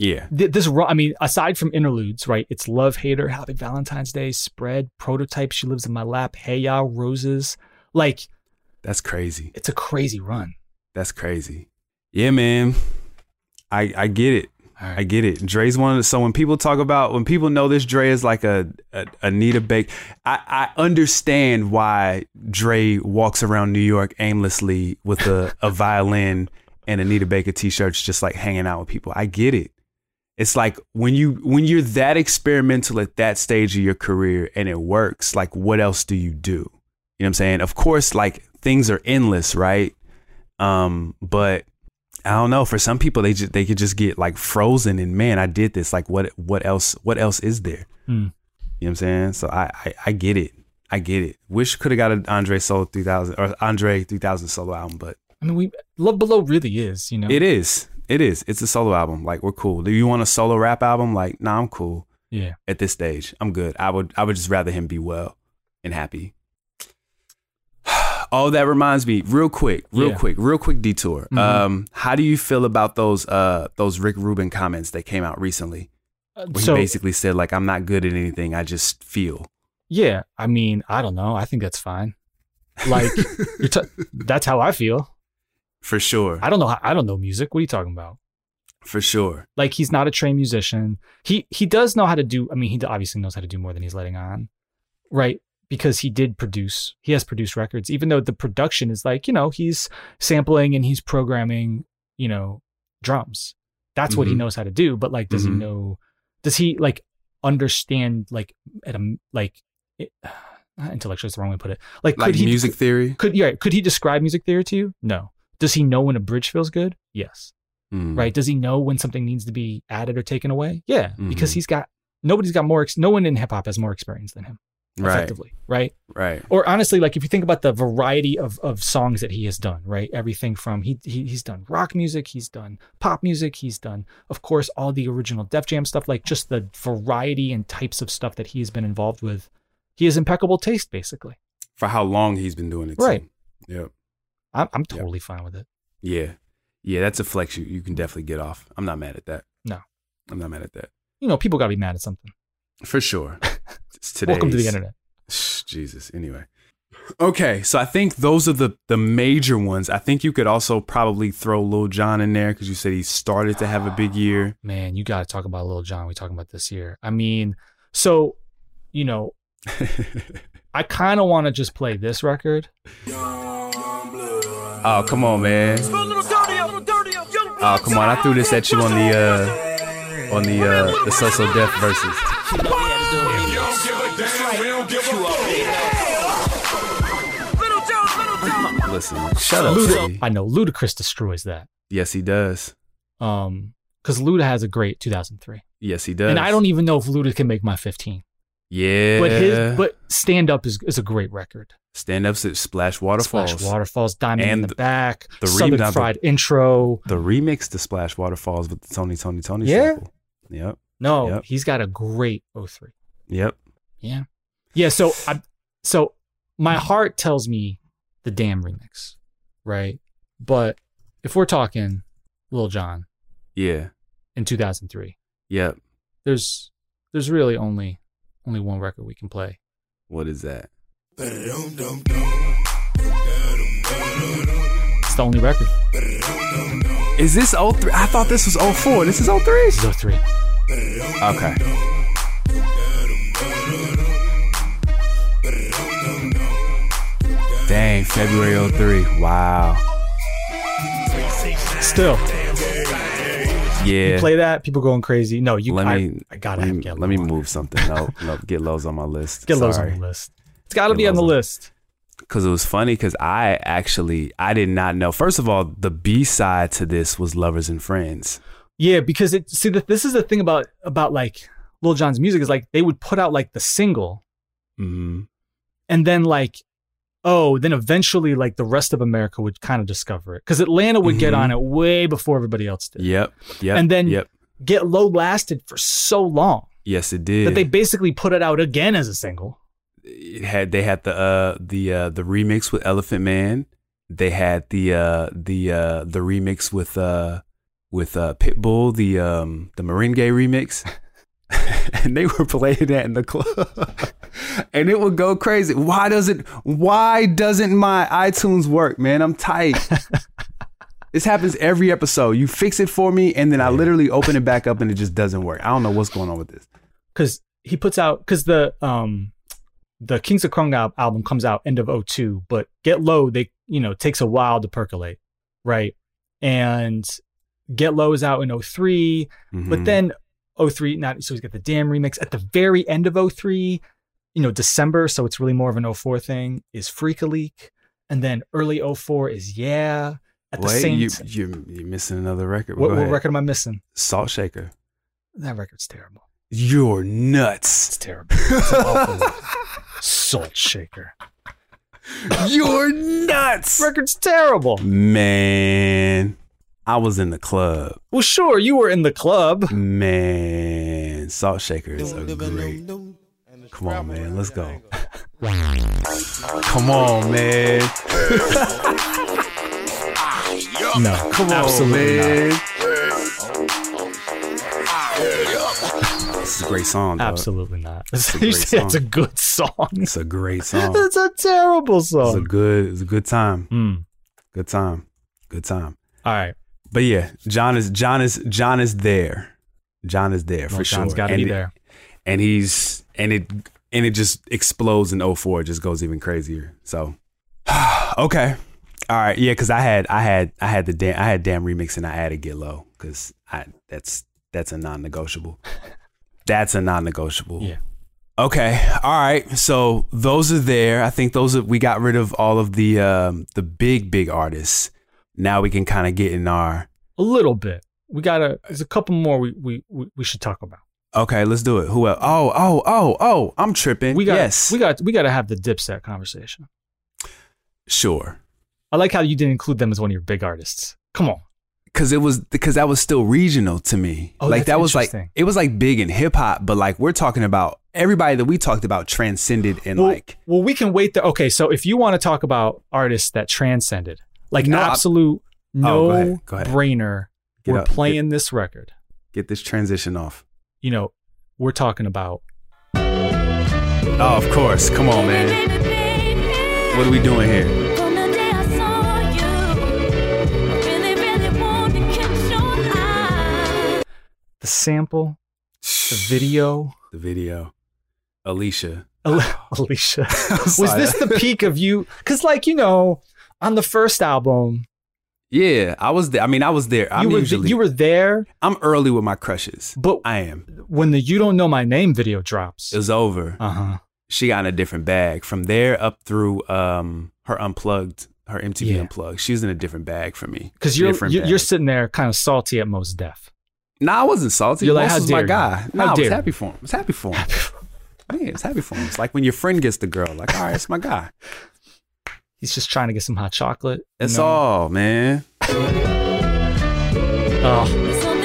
[SPEAKER 3] Yeah.
[SPEAKER 2] Th- This raw. I mean, aside from interludes, right? It's love, hater, happy Valentine's Day, spread, prototype. She lives in my lap. Hey ya, roses. Like
[SPEAKER 3] That's crazy.
[SPEAKER 2] it's a crazy run.
[SPEAKER 3] That's crazy. Yeah, man. I I get it.
[SPEAKER 2] All
[SPEAKER 3] I get it. Dre's one of the, so when people talk about when people know this Dre is like a, a Anita Bake, I, I understand why Dre walks around New York aimlessly with a, a violin and Anita Baker t-shirts just like hanging out with people. I get it. It's like when you when you're that experimental at that stage of your career and it works, like what else do you do? You know what I'm saying? Of course, like things are endless, right? Um, but I don't know. For some people, they just they could just get like frozen and man, I did this. Like what what else what else is there?
[SPEAKER 2] Hmm.
[SPEAKER 3] You know what I'm saying? So I I, I get it. I get it. Wish could have got an Andre Solo 3000 or Andre 3000 solo album, but
[SPEAKER 2] I mean, we Love Below really is, you know.
[SPEAKER 3] it is. It is. It's a solo album. Like we're cool. Do you want a solo rap album? Like nah, I'm cool
[SPEAKER 2] Yeah.
[SPEAKER 3] at this stage. I'm good. I would I would just rather him be well and happy. Oh, that reminds me, real quick, real
[SPEAKER 2] Yeah. Mm-hmm.
[SPEAKER 3] quick, real quick detour. Um, how do you feel about those uh those Rick Rubin comments that came out recently?
[SPEAKER 2] Uh,
[SPEAKER 3] Where he basically said, like, I'm not good at anything, I just feel.
[SPEAKER 2] Yeah, I mean, I don't know. I think that's fine. Like, you're t- that's how I feel.
[SPEAKER 3] For sure.
[SPEAKER 2] I don't know. How, I don't know music. What are you talking about?
[SPEAKER 3] For sure.
[SPEAKER 2] Like, he's not a trained musician. He he does know how to do. I mean, he obviously knows how to do more than he's letting on, right? Because he did produce. He has produced records, even though the production is like you know he's sampling and he's programming. You know, drums. That's what he
[SPEAKER 3] Mhm.
[SPEAKER 2] knows how to do. But like, does
[SPEAKER 3] Mhm.
[SPEAKER 2] he know? Does he like understand like at a like? It, uh, intellectual is the wrong way to put it. Like, could
[SPEAKER 3] like
[SPEAKER 2] he,
[SPEAKER 3] music theory.
[SPEAKER 2] Could yeah? Could he describe music theory to you? No. Does he know when a bridge feels good? Yes.
[SPEAKER 3] Mm.
[SPEAKER 2] Right. Does he know when something needs to be added or taken away? Yeah.
[SPEAKER 3] Mm-hmm.
[SPEAKER 2] Because he's got nobody's got more. Ex- no one in hip hop has more experience than him.
[SPEAKER 3] Right.
[SPEAKER 2] Effectively. Right
[SPEAKER 3] Right.
[SPEAKER 2] or honestly, like if you think about the variety of of songs that he has done, right? Everything from he, he he's done rock music, he's done pop music, he's done, of course, all the original Def Jam stuff. Like just the variety and types of stuff that he has been involved with. He has impeccable taste, basically.
[SPEAKER 3] For how long he's been doing it. too.
[SPEAKER 2] Right.
[SPEAKER 3] Yep.
[SPEAKER 2] I'm I'm totally fine with it.
[SPEAKER 3] Yeah. Yeah. That's a flex you, you can definitely get off. I'm not mad at that.
[SPEAKER 2] No.
[SPEAKER 3] I'm not mad at that.
[SPEAKER 2] You know, people gotta be mad at something.
[SPEAKER 3] For sure. It's
[SPEAKER 2] Welcome to the
[SPEAKER 3] today's-
[SPEAKER 2] internet.
[SPEAKER 3] Jesus. Anyway. Okay, so I think those are the the major ones. I think you could also probably throw Lil Jon in there because you said he started to have a big year.
[SPEAKER 2] Man, you gotta talk about Lil John. We talking about this year. I mean, so you know, I kind of want to just play this record.
[SPEAKER 3] Oh, come on, man. Oh, come on. I threw this at you on the uh on the uh the So So Death versus.
[SPEAKER 5] You don't give a damn, we don't give a fuck.
[SPEAKER 3] Listen, shut up. City.
[SPEAKER 2] I know Ludacris destroys that.
[SPEAKER 3] Yes, he does.
[SPEAKER 2] um because Luda has a great 2003,
[SPEAKER 3] Yes, he does.
[SPEAKER 2] and I don't even know if Luda can make my 15.
[SPEAKER 3] Yeah.
[SPEAKER 2] But his but stand up is, is a great record.
[SPEAKER 3] stand ups at Splash Waterfalls.
[SPEAKER 2] Splash waterfalls, diamond in
[SPEAKER 3] And
[SPEAKER 2] the,
[SPEAKER 3] the-
[SPEAKER 2] back,
[SPEAKER 3] the
[SPEAKER 2] southern
[SPEAKER 3] remix of-
[SPEAKER 2] fried intro.
[SPEAKER 3] The remix to Splash Waterfalls with the Tony Tony Tony
[SPEAKER 2] Yeah.
[SPEAKER 3] sample. Yep.
[SPEAKER 2] No,
[SPEAKER 3] Yep.
[SPEAKER 2] he's got a great 03.
[SPEAKER 3] Yep.
[SPEAKER 2] Yeah, yeah. So I so my heart tells me the damn remix, right? But if we're talking Lil Jon
[SPEAKER 3] Yeah.
[SPEAKER 2] in 2003,
[SPEAKER 3] Yep.
[SPEAKER 2] there's there's really only only one record we can play.
[SPEAKER 3] What is that?
[SPEAKER 2] It's the only record.
[SPEAKER 3] Is this 03? I thought this was 04. This is 03?
[SPEAKER 2] It's 03.
[SPEAKER 3] Okay. Dang, February 03. Wow.
[SPEAKER 2] Still.
[SPEAKER 3] Yeah.
[SPEAKER 2] play that, people going crazy. No, you.
[SPEAKER 3] let
[SPEAKER 2] I,
[SPEAKER 3] me
[SPEAKER 2] I gotta
[SPEAKER 3] let
[SPEAKER 2] have
[SPEAKER 3] me,
[SPEAKER 2] Get
[SPEAKER 3] let me
[SPEAKER 2] Low.
[SPEAKER 3] move something. No, no, get lows on my list.
[SPEAKER 2] Get Low's
[SPEAKER 3] Sorry.
[SPEAKER 2] on the list. It's gotta
[SPEAKER 3] Get
[SPEAKER 2] be on the
[SPEAKER 3] Low's on-
[SPEAKER 2] list.
[SPEAKER 3] because it was funny because I actually I did not know. First of all, the B side to this was Lovers and Friends.
[SPEAKER 2] Yeah, because it. See, the, this is the thing about about like Lil Jon's music is like they would put out like the single,
[SPEAKER 3] Mm-hmm.
[SPEAKER 2] and then like, oh, then eventually like the rest of America would kind of discover it because Atlanta would get
[SPEAKER 3] Mhm.
[SPEAKER 2] on it way before everybody else did.
[SPEAKER 3] Yep. Yep.
[SPEAKER 2] And then-
[SPEAKER 3] yep.
[SPEAKER 2] Get Low lasted for so long
[SPEAKER 3] Yes, it did.
[SPEAKER 2] that they basically put it out again as a single.
[SPEAKER 3] it had they had the uh the uh the remix with Elephant Man. They had the uh the uh the remix with uh with uh Pitbull, the um the Merengue remix. and they were playing that in the club. and it would go crazy. Why doesn't why doesn't my iTunes work, man? I'm tight. this happens every episode. You fix it for me and then I literally open it back up and it just doesn't work. I don't know what's going on with this.
[SPEAKER 2] because he puts out because the um the Kings of Krung al- album comes out end of 02, but Get Low they you know takes a while to percolate, right? And Get Low is out in oh 3 but
[SPEAKER 3] Mhm.
[SPEAKER 2] then 03 not so he's got the damn remix at the very end of 03, you know December, so it's really more of an 04 thing is Freak a Leak, and then early 04 is Yeah at the
[SPEAKER 3] Wait,
[SPEAKER 2] same.
[SPEAKER 3] you,
[SPEAKER 2] t-
[SPEAKER 3] you're, you're missing another record.
[SPEAKER 2] what,
[SPEAKER 3] Go
[SPEAKER 2] what
[SPEAKER 3] ahead.
[SPEAKER 2] record am I missing?
[SPEAKER 3] Salt Shaker.
[SPEAKER 2] That record's terrible.
[SPEAKER 3] You're
[SPEAKER 2] It's
[SPEAKER 3] nuts.
[SPEAKER 2] terrible. It's an awful record. Salt Shaker.
[SPEAKER 3] You're nuts.
[SPEAKER 2] record's terrible.
[SPEAKER 3] Man, I was in the club.
[SPEAKER 2] Well, sure, you were in the club.
[SPEAKER 3] Man, Salt Shaker is a great. Come on, man. Let's go. Come on, man.
[SPEAKER 2] No,
[SPEAKER 3] Come on, man. This is a great song. Dog.
[SPEAKER 2] absolutely not.
[SPEAKER 3] a
[SPEAKER 2] you
[SPEAKER 3] great
[SPEAKER 2] said it's a
[SPEAKER 3] song.
[SPEAKER 2] good song.
[SPEAKER 3] It's a great song.
[SPEAKER 2] It's a terrible
[SPEAKER 3] It's a
[SPEAKER 2] song.
[SPEAKER 3] good. It's a good time.
[SPEAKER 2] Mm.
[SPEAKER 3] Good time. Good time.
[SPEAKER 2] All right,
[SPEAKER 3] But yeah, John is John is John is there. John is there
[SPEAKER 2] well,
[SPEAKER 3] for
[SPEAKER 2] Sean's
[SPEAKER 3] sure.
[SPEAKER 2] got to
[SPEAKER 3] and
[SPEAKER 2] Oh, be
[SPEAKER 3] it-
[SPEAKER 2] there.
[SPEAKER 3] and he's and it and it just explodes in 04. It just goes even crazier. So okay, all right, yeah, because I had I had I had the damn I had damn remix and I had to get low because I that's that's a non-negotiable. That's a non-negotiable.
[SPEAKER 2] Yeah.
[SPEAKER 3] Okay. All right. So those are there. I think those are, we got rid of all of the um, the big big artists. Now we can kind of get in our
[SPEAKER 2] A little bit. We got to there's a couple more we, we we we should talk about.
[SPEAKER 3] Okay, let's do it. Who else? Oh, oh, oh, oh, I'm tripping.
[SPEAKER 2] We got
[SPEAKER 3] yes.
[SPEAKER 2] we got we got to have the Dipset conversation.
[SPEAKER 3] sure.
[SPEAKER 2] I like how you didn't include them as one of your big artists. Come on.
[SPEAKER 3] Cause it was because that was still regional to me.
[SPEAKER 2] Oh,
[SPEAKER 3] like
[SPEAKER 2] that's
[SPEAKER 3] that was like
[SPEAKER 2] interesting.
[SPEAKER 3] it was like big in hip hop, but like we're talking about everybody that we talked about transcended and
[SPEAKER 2] well,
[SPEAKER 3] like
[SPEAKER 2] well, we can wait there. Okay, so if you want to talk about artists that transcended, like
[SPEAKER 3] No, I- Oh,
[SPEAKER 2] absolute no
[SPEAKER 3] go ahead, go ahead.
[SPEAKER 2] brainer,
[SPEAKER 3] Get
[SPEAKER 2] we're
[SPEAKER 3] up, get-
[SPEAKER 2] playing this record.
[SPEAKER 3] get this transition off.
[SPEAKER 2] You know, we're talking about
[SPEAKER 3] Oh, of course. Come on, man. What are we doing here?
[SPEAKER 2] the sample, the video.
[SPEAKER 3] The video. Alicia.
[SPEAKER 2] Al- Alicia, was
[SPEAKER 3] sorry.
[SPEAKER 2] this the peak of you? Because, like you know, on the first album,
[SPEAKER 3] Yeah, I was there. I mean, I was there. I'm
[SPEAKER 2] you were
[SPEAKER 3] usually
[SPEAKER 2] you were there,
[SPEAKER 3] I'm early with my crushes.
[SPEAKER 2] but
[SPEAKER 3] I am.
[SPEAKER 2] when the "You Don't Know My Name" video drops,
[SPEAKER 3] It was over.
[SPEAKER 2] uh huh.
[SPEAKER 3] she got in a different bag from there up through um her unplugged her MTV
[SPEAKER 2] Yeah.
[SPEAKER 3] unplugged. She was in a different bag for me.
[SPEAKER 2] Because you're
[SPEAKER 3] different
[SPEAKER 2] you- you're
[SPEAKER 3] bag.
[SPEAKER 2] sitting there kind of salty at most deaf.
[SPEAKER 3] nah, I wasn't salty.
[SPEAKER 2] You're
[SPEAKER 3] You're
[SPEAKER 2] like, how
[SPEAKER 3] was my
[SPEAKER 2] dare you.
[SPEAKER 3] guy.
[SPEAKER 2] How
[SPEAKER 3] Nah, I
[SPEAKER 2] dare you.
[SPEAKER 3] was happy for him. I was happy for him. Man, it's happy for him. It's like when your friend gets the girl. Like, all right, it's my guy.
[SPEAKER 2] He's just trying to get some hot chocolate. you
[SPEAKER 3] That's
[SPEAKER 2] know?
[SPEAKER 3] all, man.
[SPEAKER 2] Oh,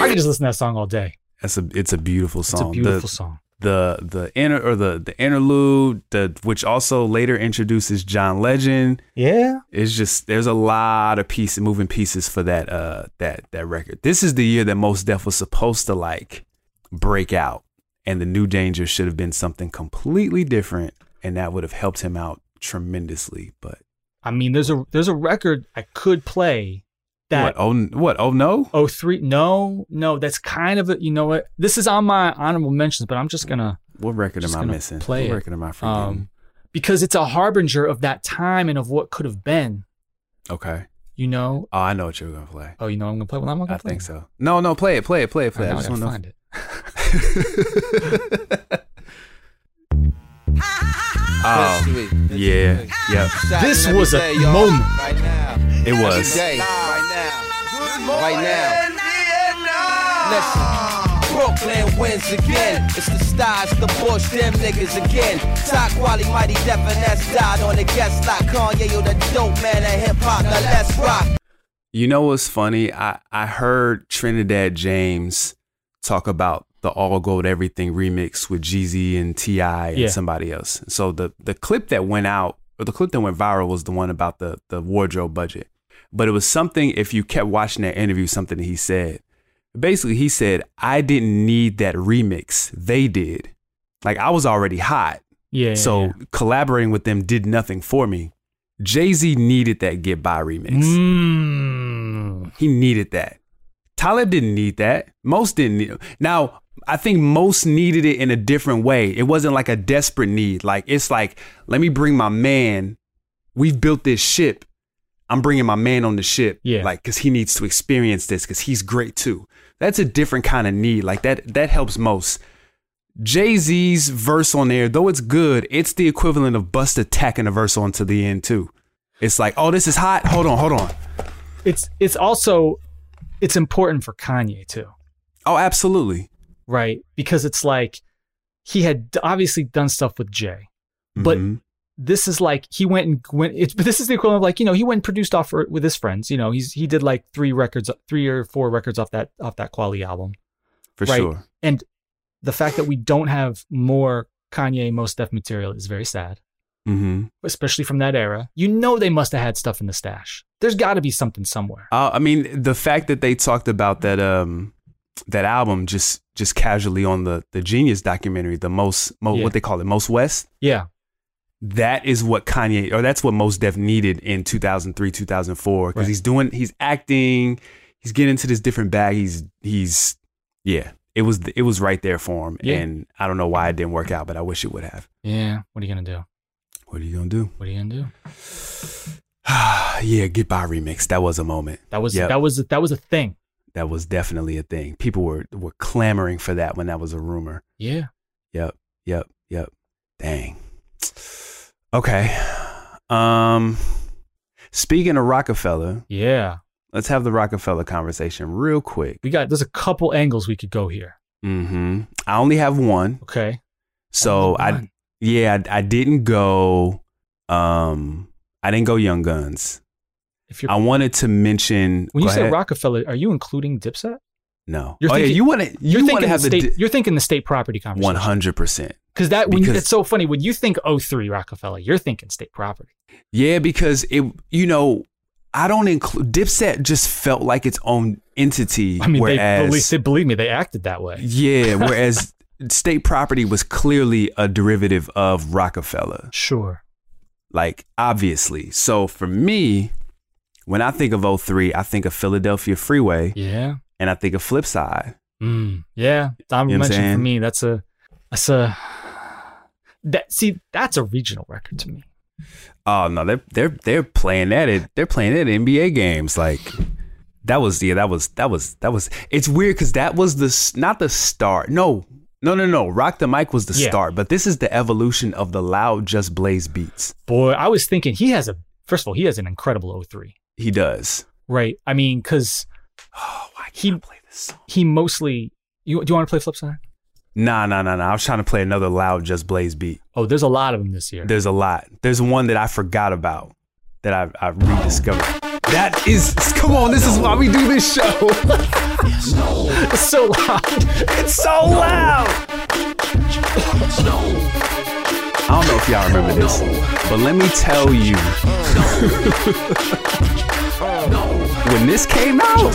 [SPEAKER 2] I could just listen to that song all day.
[SPEAKER 3] That's a. It's a beautiful
[SPEAKER 2] It's
[SPEAKER 3] song.
[SPEAKER 2] a beautiful
[SPEAKER 3] the,
[SPEAKER 2] song.
[SPEAKER 3] the the inter or the the interlude, the which also later introduces John Legend.
[SPEAKER 2] Yeah.
[SPEAKER 3] it's just there's a lot of piece moving pieces for that uh that that record. This is the year that Most Def was supposed to like break out, and the New Danger should have been something completely different, and that would have helped him out tremendously. But
[SPEAKER 2] I mean, there's a there's a record I could play that
[SPEAKER 3] what? Oh, n- what? Oh no!
[SPEAKER 2] oh three no no that's kind of a you know what this is on my honorable mentions but I'm just gonna
[SPEAKER 3] What record
[SPEAKER 2] Just
[SPEAKER 3] am I
[SPEAKER 2] gonna
[SPEAKER 3] missing?
[SPEAKER 2] play it.
[SPEAKER 3] what record am I forgetting?
[SPEAKER 2] um because it's a harbinger of that time and of what could have been
[SPEAKER 3] okay.
[SPEAKER 2] you know
[SPEAKER 3] Oh, I know what you're gonna play.
[SPEAKER 2] oh you know what I'm gonna play well I'm not
[SPEAKER 3] I
[SPEAKER 2] gonna play
[SPEAKER 3] think so. No, no, play it, play it, play it, play
[SPEAKER 2] I,
[SPEAKER 3] it.
[SPEAKER 2] know,
[SPEAKER 3] I
[SPEAKER 2] I
[SPEAKER 3] just
[SPEAKER 2] gotta
[SPEAKER 3] want to
[SPEAKER 2] find
[SPEAKER 3] know.
[SPEAKER 2] it
[SPEAKER 3] Oh, yeah, yeah.
[SPEAKER 2] this was a moment
[SPEAKER 3] It was.
[SPEAKER 6] Right now. Listen. Brooklyn wins again. It's the stars, the bush, them niggas again. Top quality, mighty deaf, and that's died on the guest lot. Kanye, you the dope man of hip hop. Now let's rock.
[SPEAKER 3] You know what's funny? I, I heard Trinidad James talk about the All Gold Everything remix with Jeezy and T.I. and
[SPEAKER 2] Yeah.
[SPEAKER 3] somebody else. So the, the clip that went out, or the clip that went viral was the one about the, the wardrobe budget. But it was something, if you kept watching that interview, something that he said. Basically, he said, I didn't need that remix. They did. Like, I was already hot.
[SPEAKER 2] yeah yeah,
[SPEAKER 3] so
[SPEAKER 2] yeah.
[SPEAKER 3] collaborating with them did nothing for me. Jay Z needed that Get By remix.
[SPEAKER 2] Mm.
[SPEAKER 3] He needed that. Talib didn't need that. Most didn't need Now, I think most needed it in a different way. It wasn't like a desperate need. Like, it's like, let me bring my man. We've built this ship. I'm bringing my man on the ship.
[SPEAKER 2] Yeah.
[SPEAKER 3] Like, because he needs to experience this because he's great too. That's a different kind of need. Like, that, that helps most. Jay Z's verse on there, though it's good, it's the equivalent of Busta tacking a verse onto the end too. It's like, oh, this is hot. Hold on, hold on.
[SPEAKER 2] it's it's also it's important for Kanye too
[SPEAKER 3] Oh, absolutely.
[SPEAKER 2] right because it's like he had d- obviously done stuff with Jay But-
[SPEAKER 3] Mhm.
[SPEAKER 2] this is like he went and went. It's but this is the equivalent of like you know he went and produced off for, with his friends. You know he's he did like three records, three or four records off that off that quality album.
[SPEAKER 3] for
[SPEAKER 2] right?
[SPEAKER 3] sure.
[SPEAKER 2] And the fact that we don't have more Kanye most def material is very sad,
[SPEAKER 3] Mm-hmm.
[SPEAKER 2] especially from that era. You know they must have had stuff in the stash. There's got to be something somewhere.
[SPEAKER 3] Uh, I mean, the fact that they talked about that um that album just just casually on the the Genius documentary, the most mo-
[SPEAKER 2] Yeah.
[SPEAKER 3] what they call it, most West.
[SPEAKER 2] Yeah,
[SPEAKER 3] That is what Kanye, or that's what most Def needed in 2003, 2004, because
[SPEAKER 2] Right.
[SPEAKER 3] he's doing, he's acting, he's getting into this different bag. He's he's yeah. It was it was right there for him,
[SPEAKER 2] Yeah.
[SPEAKER 3] and I don't know why it didn't work out, but I wish it would have.
[SPEAKER 2] yeah. What are you gonna do?
[SPEAKER 3] What are you gonna do?
[SPEAKER 2] What are you gonna do?
[SPEAKER 3] yeah, get by remix. That was a moment.
[SPEAKER 2] That was
[SPEAKER 3] Yep.
[SPEAKER 2] that was that was a thing.
[SPEAKER 3] that was definitely a thing. People were were clamoring for that when that was a rumor.
[SPEAKER 2] Yeah.
[SPEAKER 3] Yep, yep, yep. Dang. Okay. Um speaking of Rockefeller,
[SPEAKER 2] Yeah.
[SPEAKER 3] let's have the Rockefeller conversation real quick.
[SPEAKER 2] We got, there's a couple angles we could go here.
[SPEAKER 3] Mhm. I only have one.
[SPEAKER 2] Okay.
[SPEAKER 3] So
[SPEAKER 2] Only
[SPEAKER 3] I
[SPEAKER 2] one.
[SPEAKER 3] yeah, I, I didn't go um I didn't go Young Guns.
[SPEAKER 2] If you're,
[SPEAKER 3] I wanted to mention
[SPEAKER 2] when you
[SPEAKER 3] go
[SPEAKER 2] say
[SPEAKER 3] ahead.
[SPEAKER 2] Rockefeller, are you including Dipset?
[SPEAKER 3] No.
[SPEAKER 2] You're
[SPEAKER 3] oh yeah,
[SPEAKER 2] thinking-
[SPEAKER 3] you want to
[SPEAKER 2] You're
[SPEAKER 3] you want to
[SPEAKER 2] thinking
[SPEAKER 3] have
[SPEAKER 2] the
[SPEAKER 3] the
[SPEAKER 2] state,
[SPEAKER 3] di-
[SPEAKER 2] you're thinking the state property conversation.
[SPEAKER 3] 100%.
[SPEAKER 2] Cause that, when you,
[SPEAKER 3] because-
[SPEAKER 2] it's so funny when you think 03 Rockefeller, you're thinking state property.
[SPEAKER 3] Yeah, because it you know, I don't include Dipset just felt like its own entity
[SPEAKER 2] I mean, they,
[SPEAKER 3] whereas
[SPEAKER 2] believe, they believe me, they acted that way.
[SPEAKER 3] Yeah, whereas state property was clearly a derivative of Rockefeller,
[SPEAKER 2] Sure.
[SPEAKER 3] like obviously. So for me, when I think of 03, I think of Philadelphia Freeway
[SPEAKER 2] Yeah.
[SPEAKER 3] and I think of Flipside.
[SPEAKER 2] Mm, yeah, Don
[SPEAKER 3] You know what I'm
[SPEAKER 2] mentioned for
[SPEAKER 3] saying?
[SPEAKER 2] me that's a that's a that see that's a regional record to me.
[SPEAKER 3] Oh no, they're they're they're playing at it. They're playing at NBA games. Like that was yeah, that was that was that was. It's weird because that was the s- not the start. No, no, no, no. Rock the mic was the
[SPEAKER 2] Yeah.
[SPEAKER 3] start, but this is the evolution of the loud just blaze beats.
[SPEAKER 2] Boy, I was thinking he has a first of all he has an incredible 03.
[SPEAKER 3] He does.
[SPEAKER 2] Right. I mean, because
[SPEAKER 3] Oh, I can't
[SPEAKER 2] He-
[SPEAKER 3] play this song.
[SPEAKER 2] he mostly you do you want to play Flipside?
[SPEAKER 3] Nah, nah, nah, nah. I was trying to play another loud Just Blaze beat.
[SPEAKER 2] Oh, there's a lot of them this year.
[SPEAKER 3] There's a lot. There's one that I forgot about that I, I rediscovered. That is, come on, this is why we do this show.
[SPEAKER 2] It's so loud.
[SPEAKER 3] It's so loud. I don't know if y'all remember this, but let me tell you. when this came out,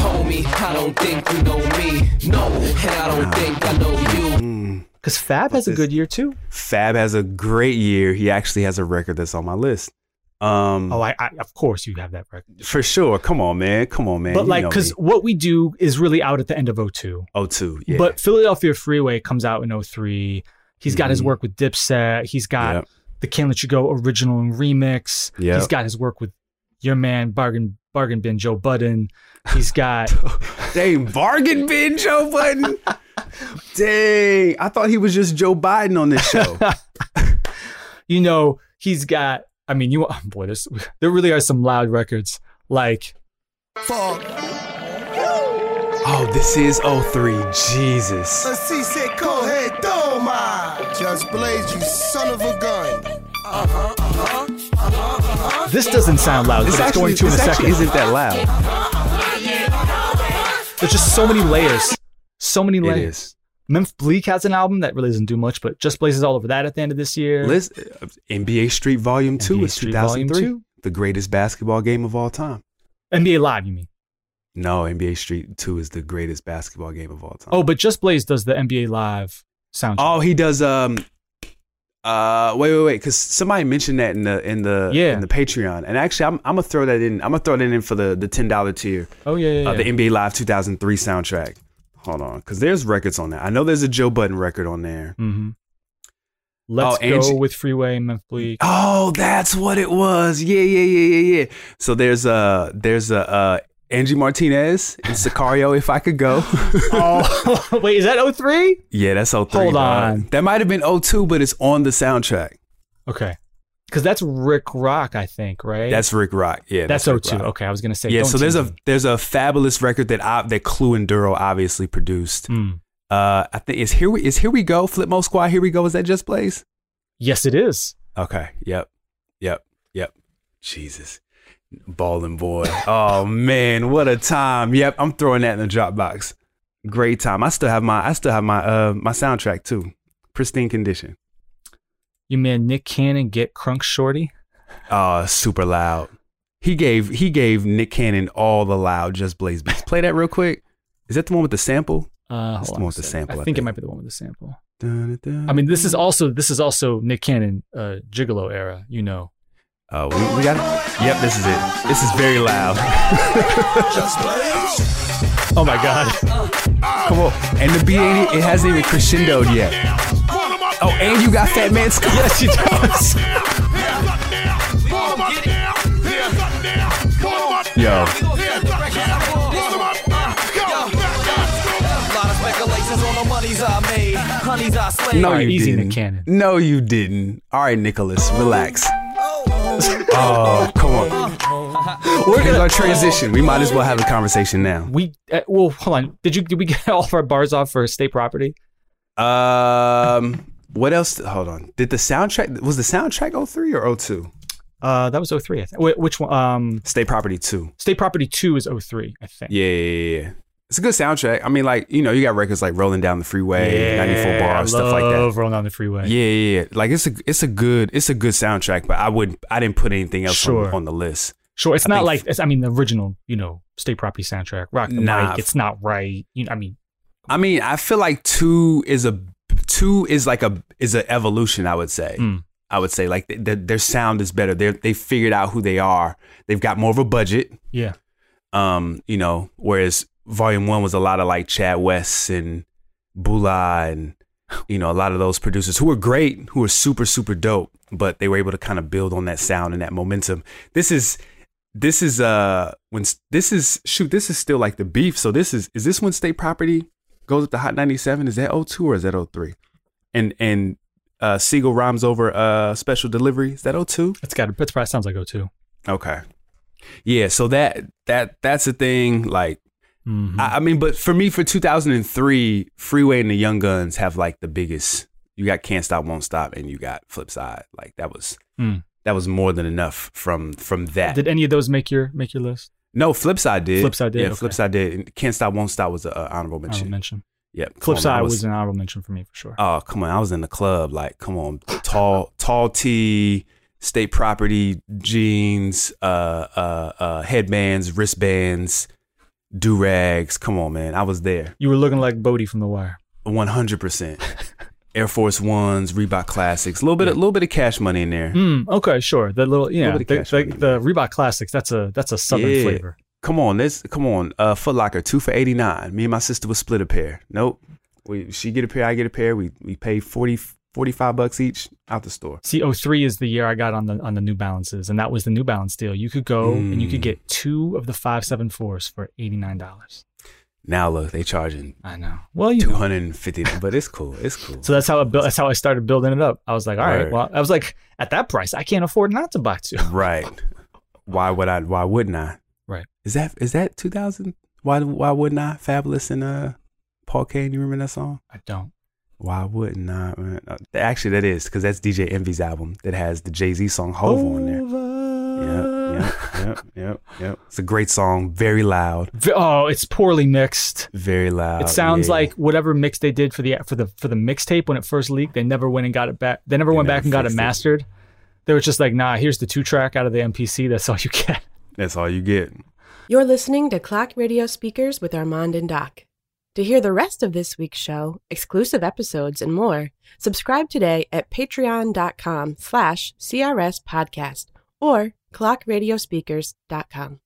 [SPEAKER 6] Homie, I don't think you know me. No, and I don't think I know you.
[SPEAKER 2] Because Fab has a
[SPEAKER 3] this- Mm.
[SPEAKER 2] good year too.
[SPEAKER 3] Fab has a great year. He actually has a record that's on my list. Um,
[SPEAKER 2] Oh, I, I of course you have that record.
[SPEAKER 3] for sure. Come on, man. Come on, man.
[SPEAKER 2] But
[SPEAKER 3] You
[SPEAKER 2] like,
[SPEAKER 3] know
[SPEAKER 2] because
[SPEAKER 3] me.
[SPEAKER 2] what we do is really out at the end of 02.
[SPEAKER 3] oh two, yeah.
[SPEAKER 2] But Philadelphia Freeway comes out in 03. He's got his
[SPEAKER 3] Mhm.
[SPEAKER 2] work with Dipset. He's got
[SPEAKER 3] Yep.
[SPEAKER 2] the Can't Let You Go original and remix.
[SPEAKER 3] Yep.
[SPEAKER 2] He's got his work with your man Bargain Bargain Bin Joe Budden. He's got
[SPEAKER 3] Dang, bargain bin Joe Button. Dang, I thought he was just Joe Biden on this show.
[SPEAKER 2] you know he's got. I mean, you oh boy, there's, there really are some loud records like
[SPEAKER 3] oh, this is 03. Jesus.
[SPEAKER 5] Así se coge toma. Just blaze, you son of a gun.
[SPEAKER 2] this doesn't sound loud, but it's going to in a
[SPEAKER 3] this actually
[SPEAKER 2] second.
[SPEAKER 3] isn't that loud.
[SPEAKER 2] There's just so many layers, so many
[SPEAKER 3] It
[SPEAKER 2] layers.
[SPEAKER 3] is.
[SPEAKER 2] Memph Bleak has an album that really doesn't do much, but just blazes all over that at the end of this year.
[SPEAKER 3] Let's, uh, NBA Street Volume 2
[SPEAKER 2] NBA
[SPEAKER 3] is
[SPEAKER 2] Street Volume
[SPEAKER 3] 2003.
[SPEAKER 2] Two.
[SPEAKER 3] The greatest basketball game of all time.
[SPEAKER 2] NBA Live, you mean?
[SPEAKER 3] No, NBA Street 2 is the greatest basketball game of all time.
[SPEAKER 2] Oh, but Just Blaze does the NBA Live soundtrack.
[SPEAKER 3] Oh, he does. Um, uh, wait, wait, wait, because somebody mentioned that in the in the
[SPEAKER 2] Yeah.
[SPEAKER 3] in the Patreon, and actually, I'm, I'm gonna throw that in. I'm gonna throw that in for the the ten dollar tier,
[SPEAKER 2] Oh, yeah, yeah, yeah.
[SPEAKER 3] uh, the NBA Live 2003 soundtrack. Hold on, because there's records on that. I know there's a Joe Button record on there.
[SPEAKER 2] hmm Let's
[SPEAKER 3] Oh, Angie-
[SPEAKER 2] go with Freeway and Memph Bleak.
[SPEAKER 3] Oh, that's what it was. Yeah, yeah, yeah, yeah, yeah. So there's uh there's a uh, Angie Martinez and Sicario. if I could go.
[SPEAKER 2] Oh, wait, is that 03?
[SPEAKER 3] yeah, that's 03.
[SPEAKER 2] Hold
[SPEAKER 3] dog.
[SPEAKER 2] on.
[SPEAKER 3] that might have been 02, but it's on the soundtrack.
[SPEAKER 2] Okay. Because that's Rick Rock, I think, right?
[SPEAKER 3] That's Rick Rock. Yeah,
[SPEAKER 2] that's,
[SPEAKER 3] Rick
[SPEAKER 2] 02.
[SPEAKER 3] Rock.
[SPEAKER 2] Okay, I was going to say.
[SPEAKER 3] yeah,
[SPEAKER 2] don't
[SPEAKER 3] so there's
[SPEAKER 2] tease
[SPEAKER 3] a there's a fabulous record that I, that Clue and Duro obviously produced.
[SPEAKER 2] me. Mm.
[SPEAKER 3] Uh, I think is here we is here we go Flipmo Squad. Here we go. Is that just Blaze?
[SPEAKER 2] Yes, it is.
[SPEAKER 3] Okay. Yep. Yep. Yep. Jesus, balling boy. oh man, what a time. Yep, I'm throwing that in the Dropbox. Great time. I still have my I still have my uh my soundtrack too, pristine condition.
[SPEAKER 2] You man, Nick Cannon, get Crunk Shorty.
[SPEAKER 3] Uh, super loud. He gave he gave Nick Cannon all the loud just Blaze beats. Play that real quick. Is that the one with the sample?
[SPEAKER 2] Uh,
[SPEAKER 3] That's
[SPEAKER 2] hold on
[SPEAKER 3] the one
[SPEAKER 2] a
[SPEAKER 3] with the
[SPEAKER 2] second.
[SPEAKER 3] sample,
[SPEAKER 2] I
[SPEAKER 3] I
[SPEAKER 2] think it
[SPEAKER 3] think.
[SPEAKER 2] might be the one with the sample.
[SPEAKER 3] Dun-dun-dun.
[SPEAKER 2] I mean, this is also this is also Nick Cannon, uh, Gigolo era. You know,
[SPEAKER 3] Oh, we, we got it. Yep, this is it. This is very loud.
[SPEAKER 5] Just blaze.
[SPEAKER 2] oh my god,
[SPEAKER 3] Come on. And the B80, it hasn't even crescendoed yet. Oh, and you got Fat Man Scoop. Yes, you does. Yo,
[SPEAKER 6] Lot of speculations on the monies I made. I honeys I slay.
[SPEAKER 3] No,
[SPEAKER 2] All right,
[SPEAKER 3] you
[SPEAKER 2] easy,
[SPEAKER 3] didn't.
[SPEAKER 2] Nick Cannon.
[SPEAKER 3] No, you didn't. All right, Nicholas, relax. Oh, come on. We're gonna transition. We might as well have a conversation now.
[SPEAKER 2] We uh, well, hold on. Did you did we get all of our bars off for state property?
[SPEAKER 3] Um, what else? Hold on. Did the soundtrack was the soundtrack 03 or 02?
[SPEAKER 2] Uh, that was 03, I think. Wh- Which one? Um,
[SPEAKER 3] State Property 2.
[SPEAKER 2] state property two is 03, I think.
[SPEAKER 3] Yeah, yeah, yeah, yeah. It's a good soundtrack. I mean, like you know, you got records like Rolling Down the Freeway, 94 Bars, stuff like that.
[SPEAKER 2] Rolling down the freeway.
[SPEAKER 3] Yeah, yeah, yeah. Like it's a it's a good it's a good soundtrack, but I would I didn't put anything else on-
[SPEAKER 2] Sure.
[SPEAKER 3] on, the list.
[SPEAKER 2] Sure, it's
[SPEAKER 3] I
[SPEAKER 2] not
[SPEAKER 3] think-
[SPEAKER 2] like it's, I mean the original, you know, state property soundtrack, rock the
[SPEAKER 3] Nah.
[SPEAKER 2] mic. It's not right. You know, I mean,
[SPEAKER 3] I mean, I feel like two is a two is like a is an evolution. I would say.
[SPEAKER 2] Hmm.
[SPEAKER 3] I would say like th- th- their sound is better. They they figured out who they are. They've got more of a budget.
[SPEAKER 2] yeah,
[SPEAKER 3] Um, you know, whereas Volume One was a lot of like Chad West and Bula and you know a lot of those producers who were great, who were super super dope, but they were able to kind of build on that sound and that momentum. This is this is uh when s- this is shoot this is still like the beef. So this is is this when State Property goes up to Hot ninety seven? Is that 02 or is that 03? And and uh Siegel rhymes over uh Special Delivery. Is that 02?
[SPEAKER 2] it's got. It's probably sounds like 02.
[SPEAKER 3] Okay. Yeah, so that that that's the thing. Like, I, I mean, but for me, for 2003, Freeway and the Young Guns have like the biggest. You got Can't Stop, Won't Stop, and you got Flip Side. Like that was
[SPEAKER 2] Mm.
[SPEAKER 3] that was more than enough from from that.
[SPEAKER 2] Uh, Did any of those make your make your list?
[SPEAKER 3] no, Flip Side did.
[SPEAKER 2] Flip Side did,
[SPEAKER 3] Yeah,
[SPEAKER 2] okay.
[SPEAKER 3] Flip Side did. And Can't Stop, Won't Stop was an honorable
[SPEAKER 2] I
[SPEAKER 3] mention.
[SPEAKER 2] don't mention.
[SPEAKER 3] Yep. come on, man,
[SPEAKER 2] Cliffside
[SPEAKER 3] I
[SPEAKER 2] was, an honorable mention for me for sure.
[SPEAKER 3] Oh, come on. I was in the club. Like, come on. Tall, tall tee, state property, jeans, uh, uh, uh, headbands, wristbands, do rags. Come on, man. I was there.
[SPEAKER 2] you were looking like Bodie from The Wire.
[SPEAKER 3] 100%. Air Force Ones, Reebok Classics, a little bit, a little bit of cash money in there.
[SPEAKER 2] Mm, okay, sure. The little yeah,
[SPEAKER 3] bit
[SPEAKER 2] the,
[SPEAKER 3] of cash
[SPEAKER 2] the,
[SPEAKER 3] money.
[SPEAKER 2] the Reebok classics. That's a that's a southern
[SPEAKER 3] Yeah.
[SPEAKER 2] flavor.
[SPEAKER 3] Come on, let's come on. Uh, Foot Locker, two for eighty nine. Me and my sister would split a pair. Nope, we she get a pair, I get a pair. We we pay 40, 45 bucks each out the store.
[SPEAKER 2] See, 03 is the year I got on the on the New Balances, and that was the New Balance deal. You could go and you could
[SPEAKER 3] Mm.
[SPEAKER 2] get two of the five seven fours for eighty nine dollars.
[SPEAKER 3] Now look, they charging
[SPEAKER 2] I know. Well, you
[SPEAKER 3] two
[SPEAKER 2] know.
[SPEAKER 3] hundred and fifty, but it's cool. It's cool.
[SPEAKER 2] So that's how I built. That's how I started building it up. I was like, all right,
[SPEAKER 3] Word.
[SPEAKER 2] well, I was like, at that price, I can't afford not to buy two.
[SPEAKER 3] Right. Why would I? Why wouldn't I?
[SPEAKER 2] Right.
[SPEAKER 3] Is that is that 2000? Why why wouldn't I? Fabulous and uh, Paul Kane. You remember that song?
[SPEAKER 2] I don't.
[SPEAKER 3] Why wouldn't I? Man? Uh, Actually, that is because that's DJ Envy's album that has the Jay Z song Hove on there.
[SPEAKER 2] Over.
[SPEAKER 3] Yep, yep, yep, yep. It's a great song. Very loud.
[SPEAKER 2] V- Oh, it's poorly mixed.
[SPEAKER 3] Very loud.
[SPEAKER 2] It sounds
[SPEAKER 3] Uh, yeah.
[SPEAKER 2] like whatever mix they did for the for the for the mixtape when it first leaked, they never went and got it back. They never went
[SPEAKER 3] never
[SPEAKER 2] back and got it
[SPEAKER 3] fixed it.
[SPEAKER 2] mastered. They were just like, nah, here's the two track out of the MPC. That's all you get.
[SPEAKER 3] that's all you get.
[SPEAKER 7] You're listening to Clock Radio Speakers with Armand and Doc. To hear the rest of this week's show, exclusive episodes, and more, subscribe today at patreon.com slash CRS podcast or clockradiospeakers.com.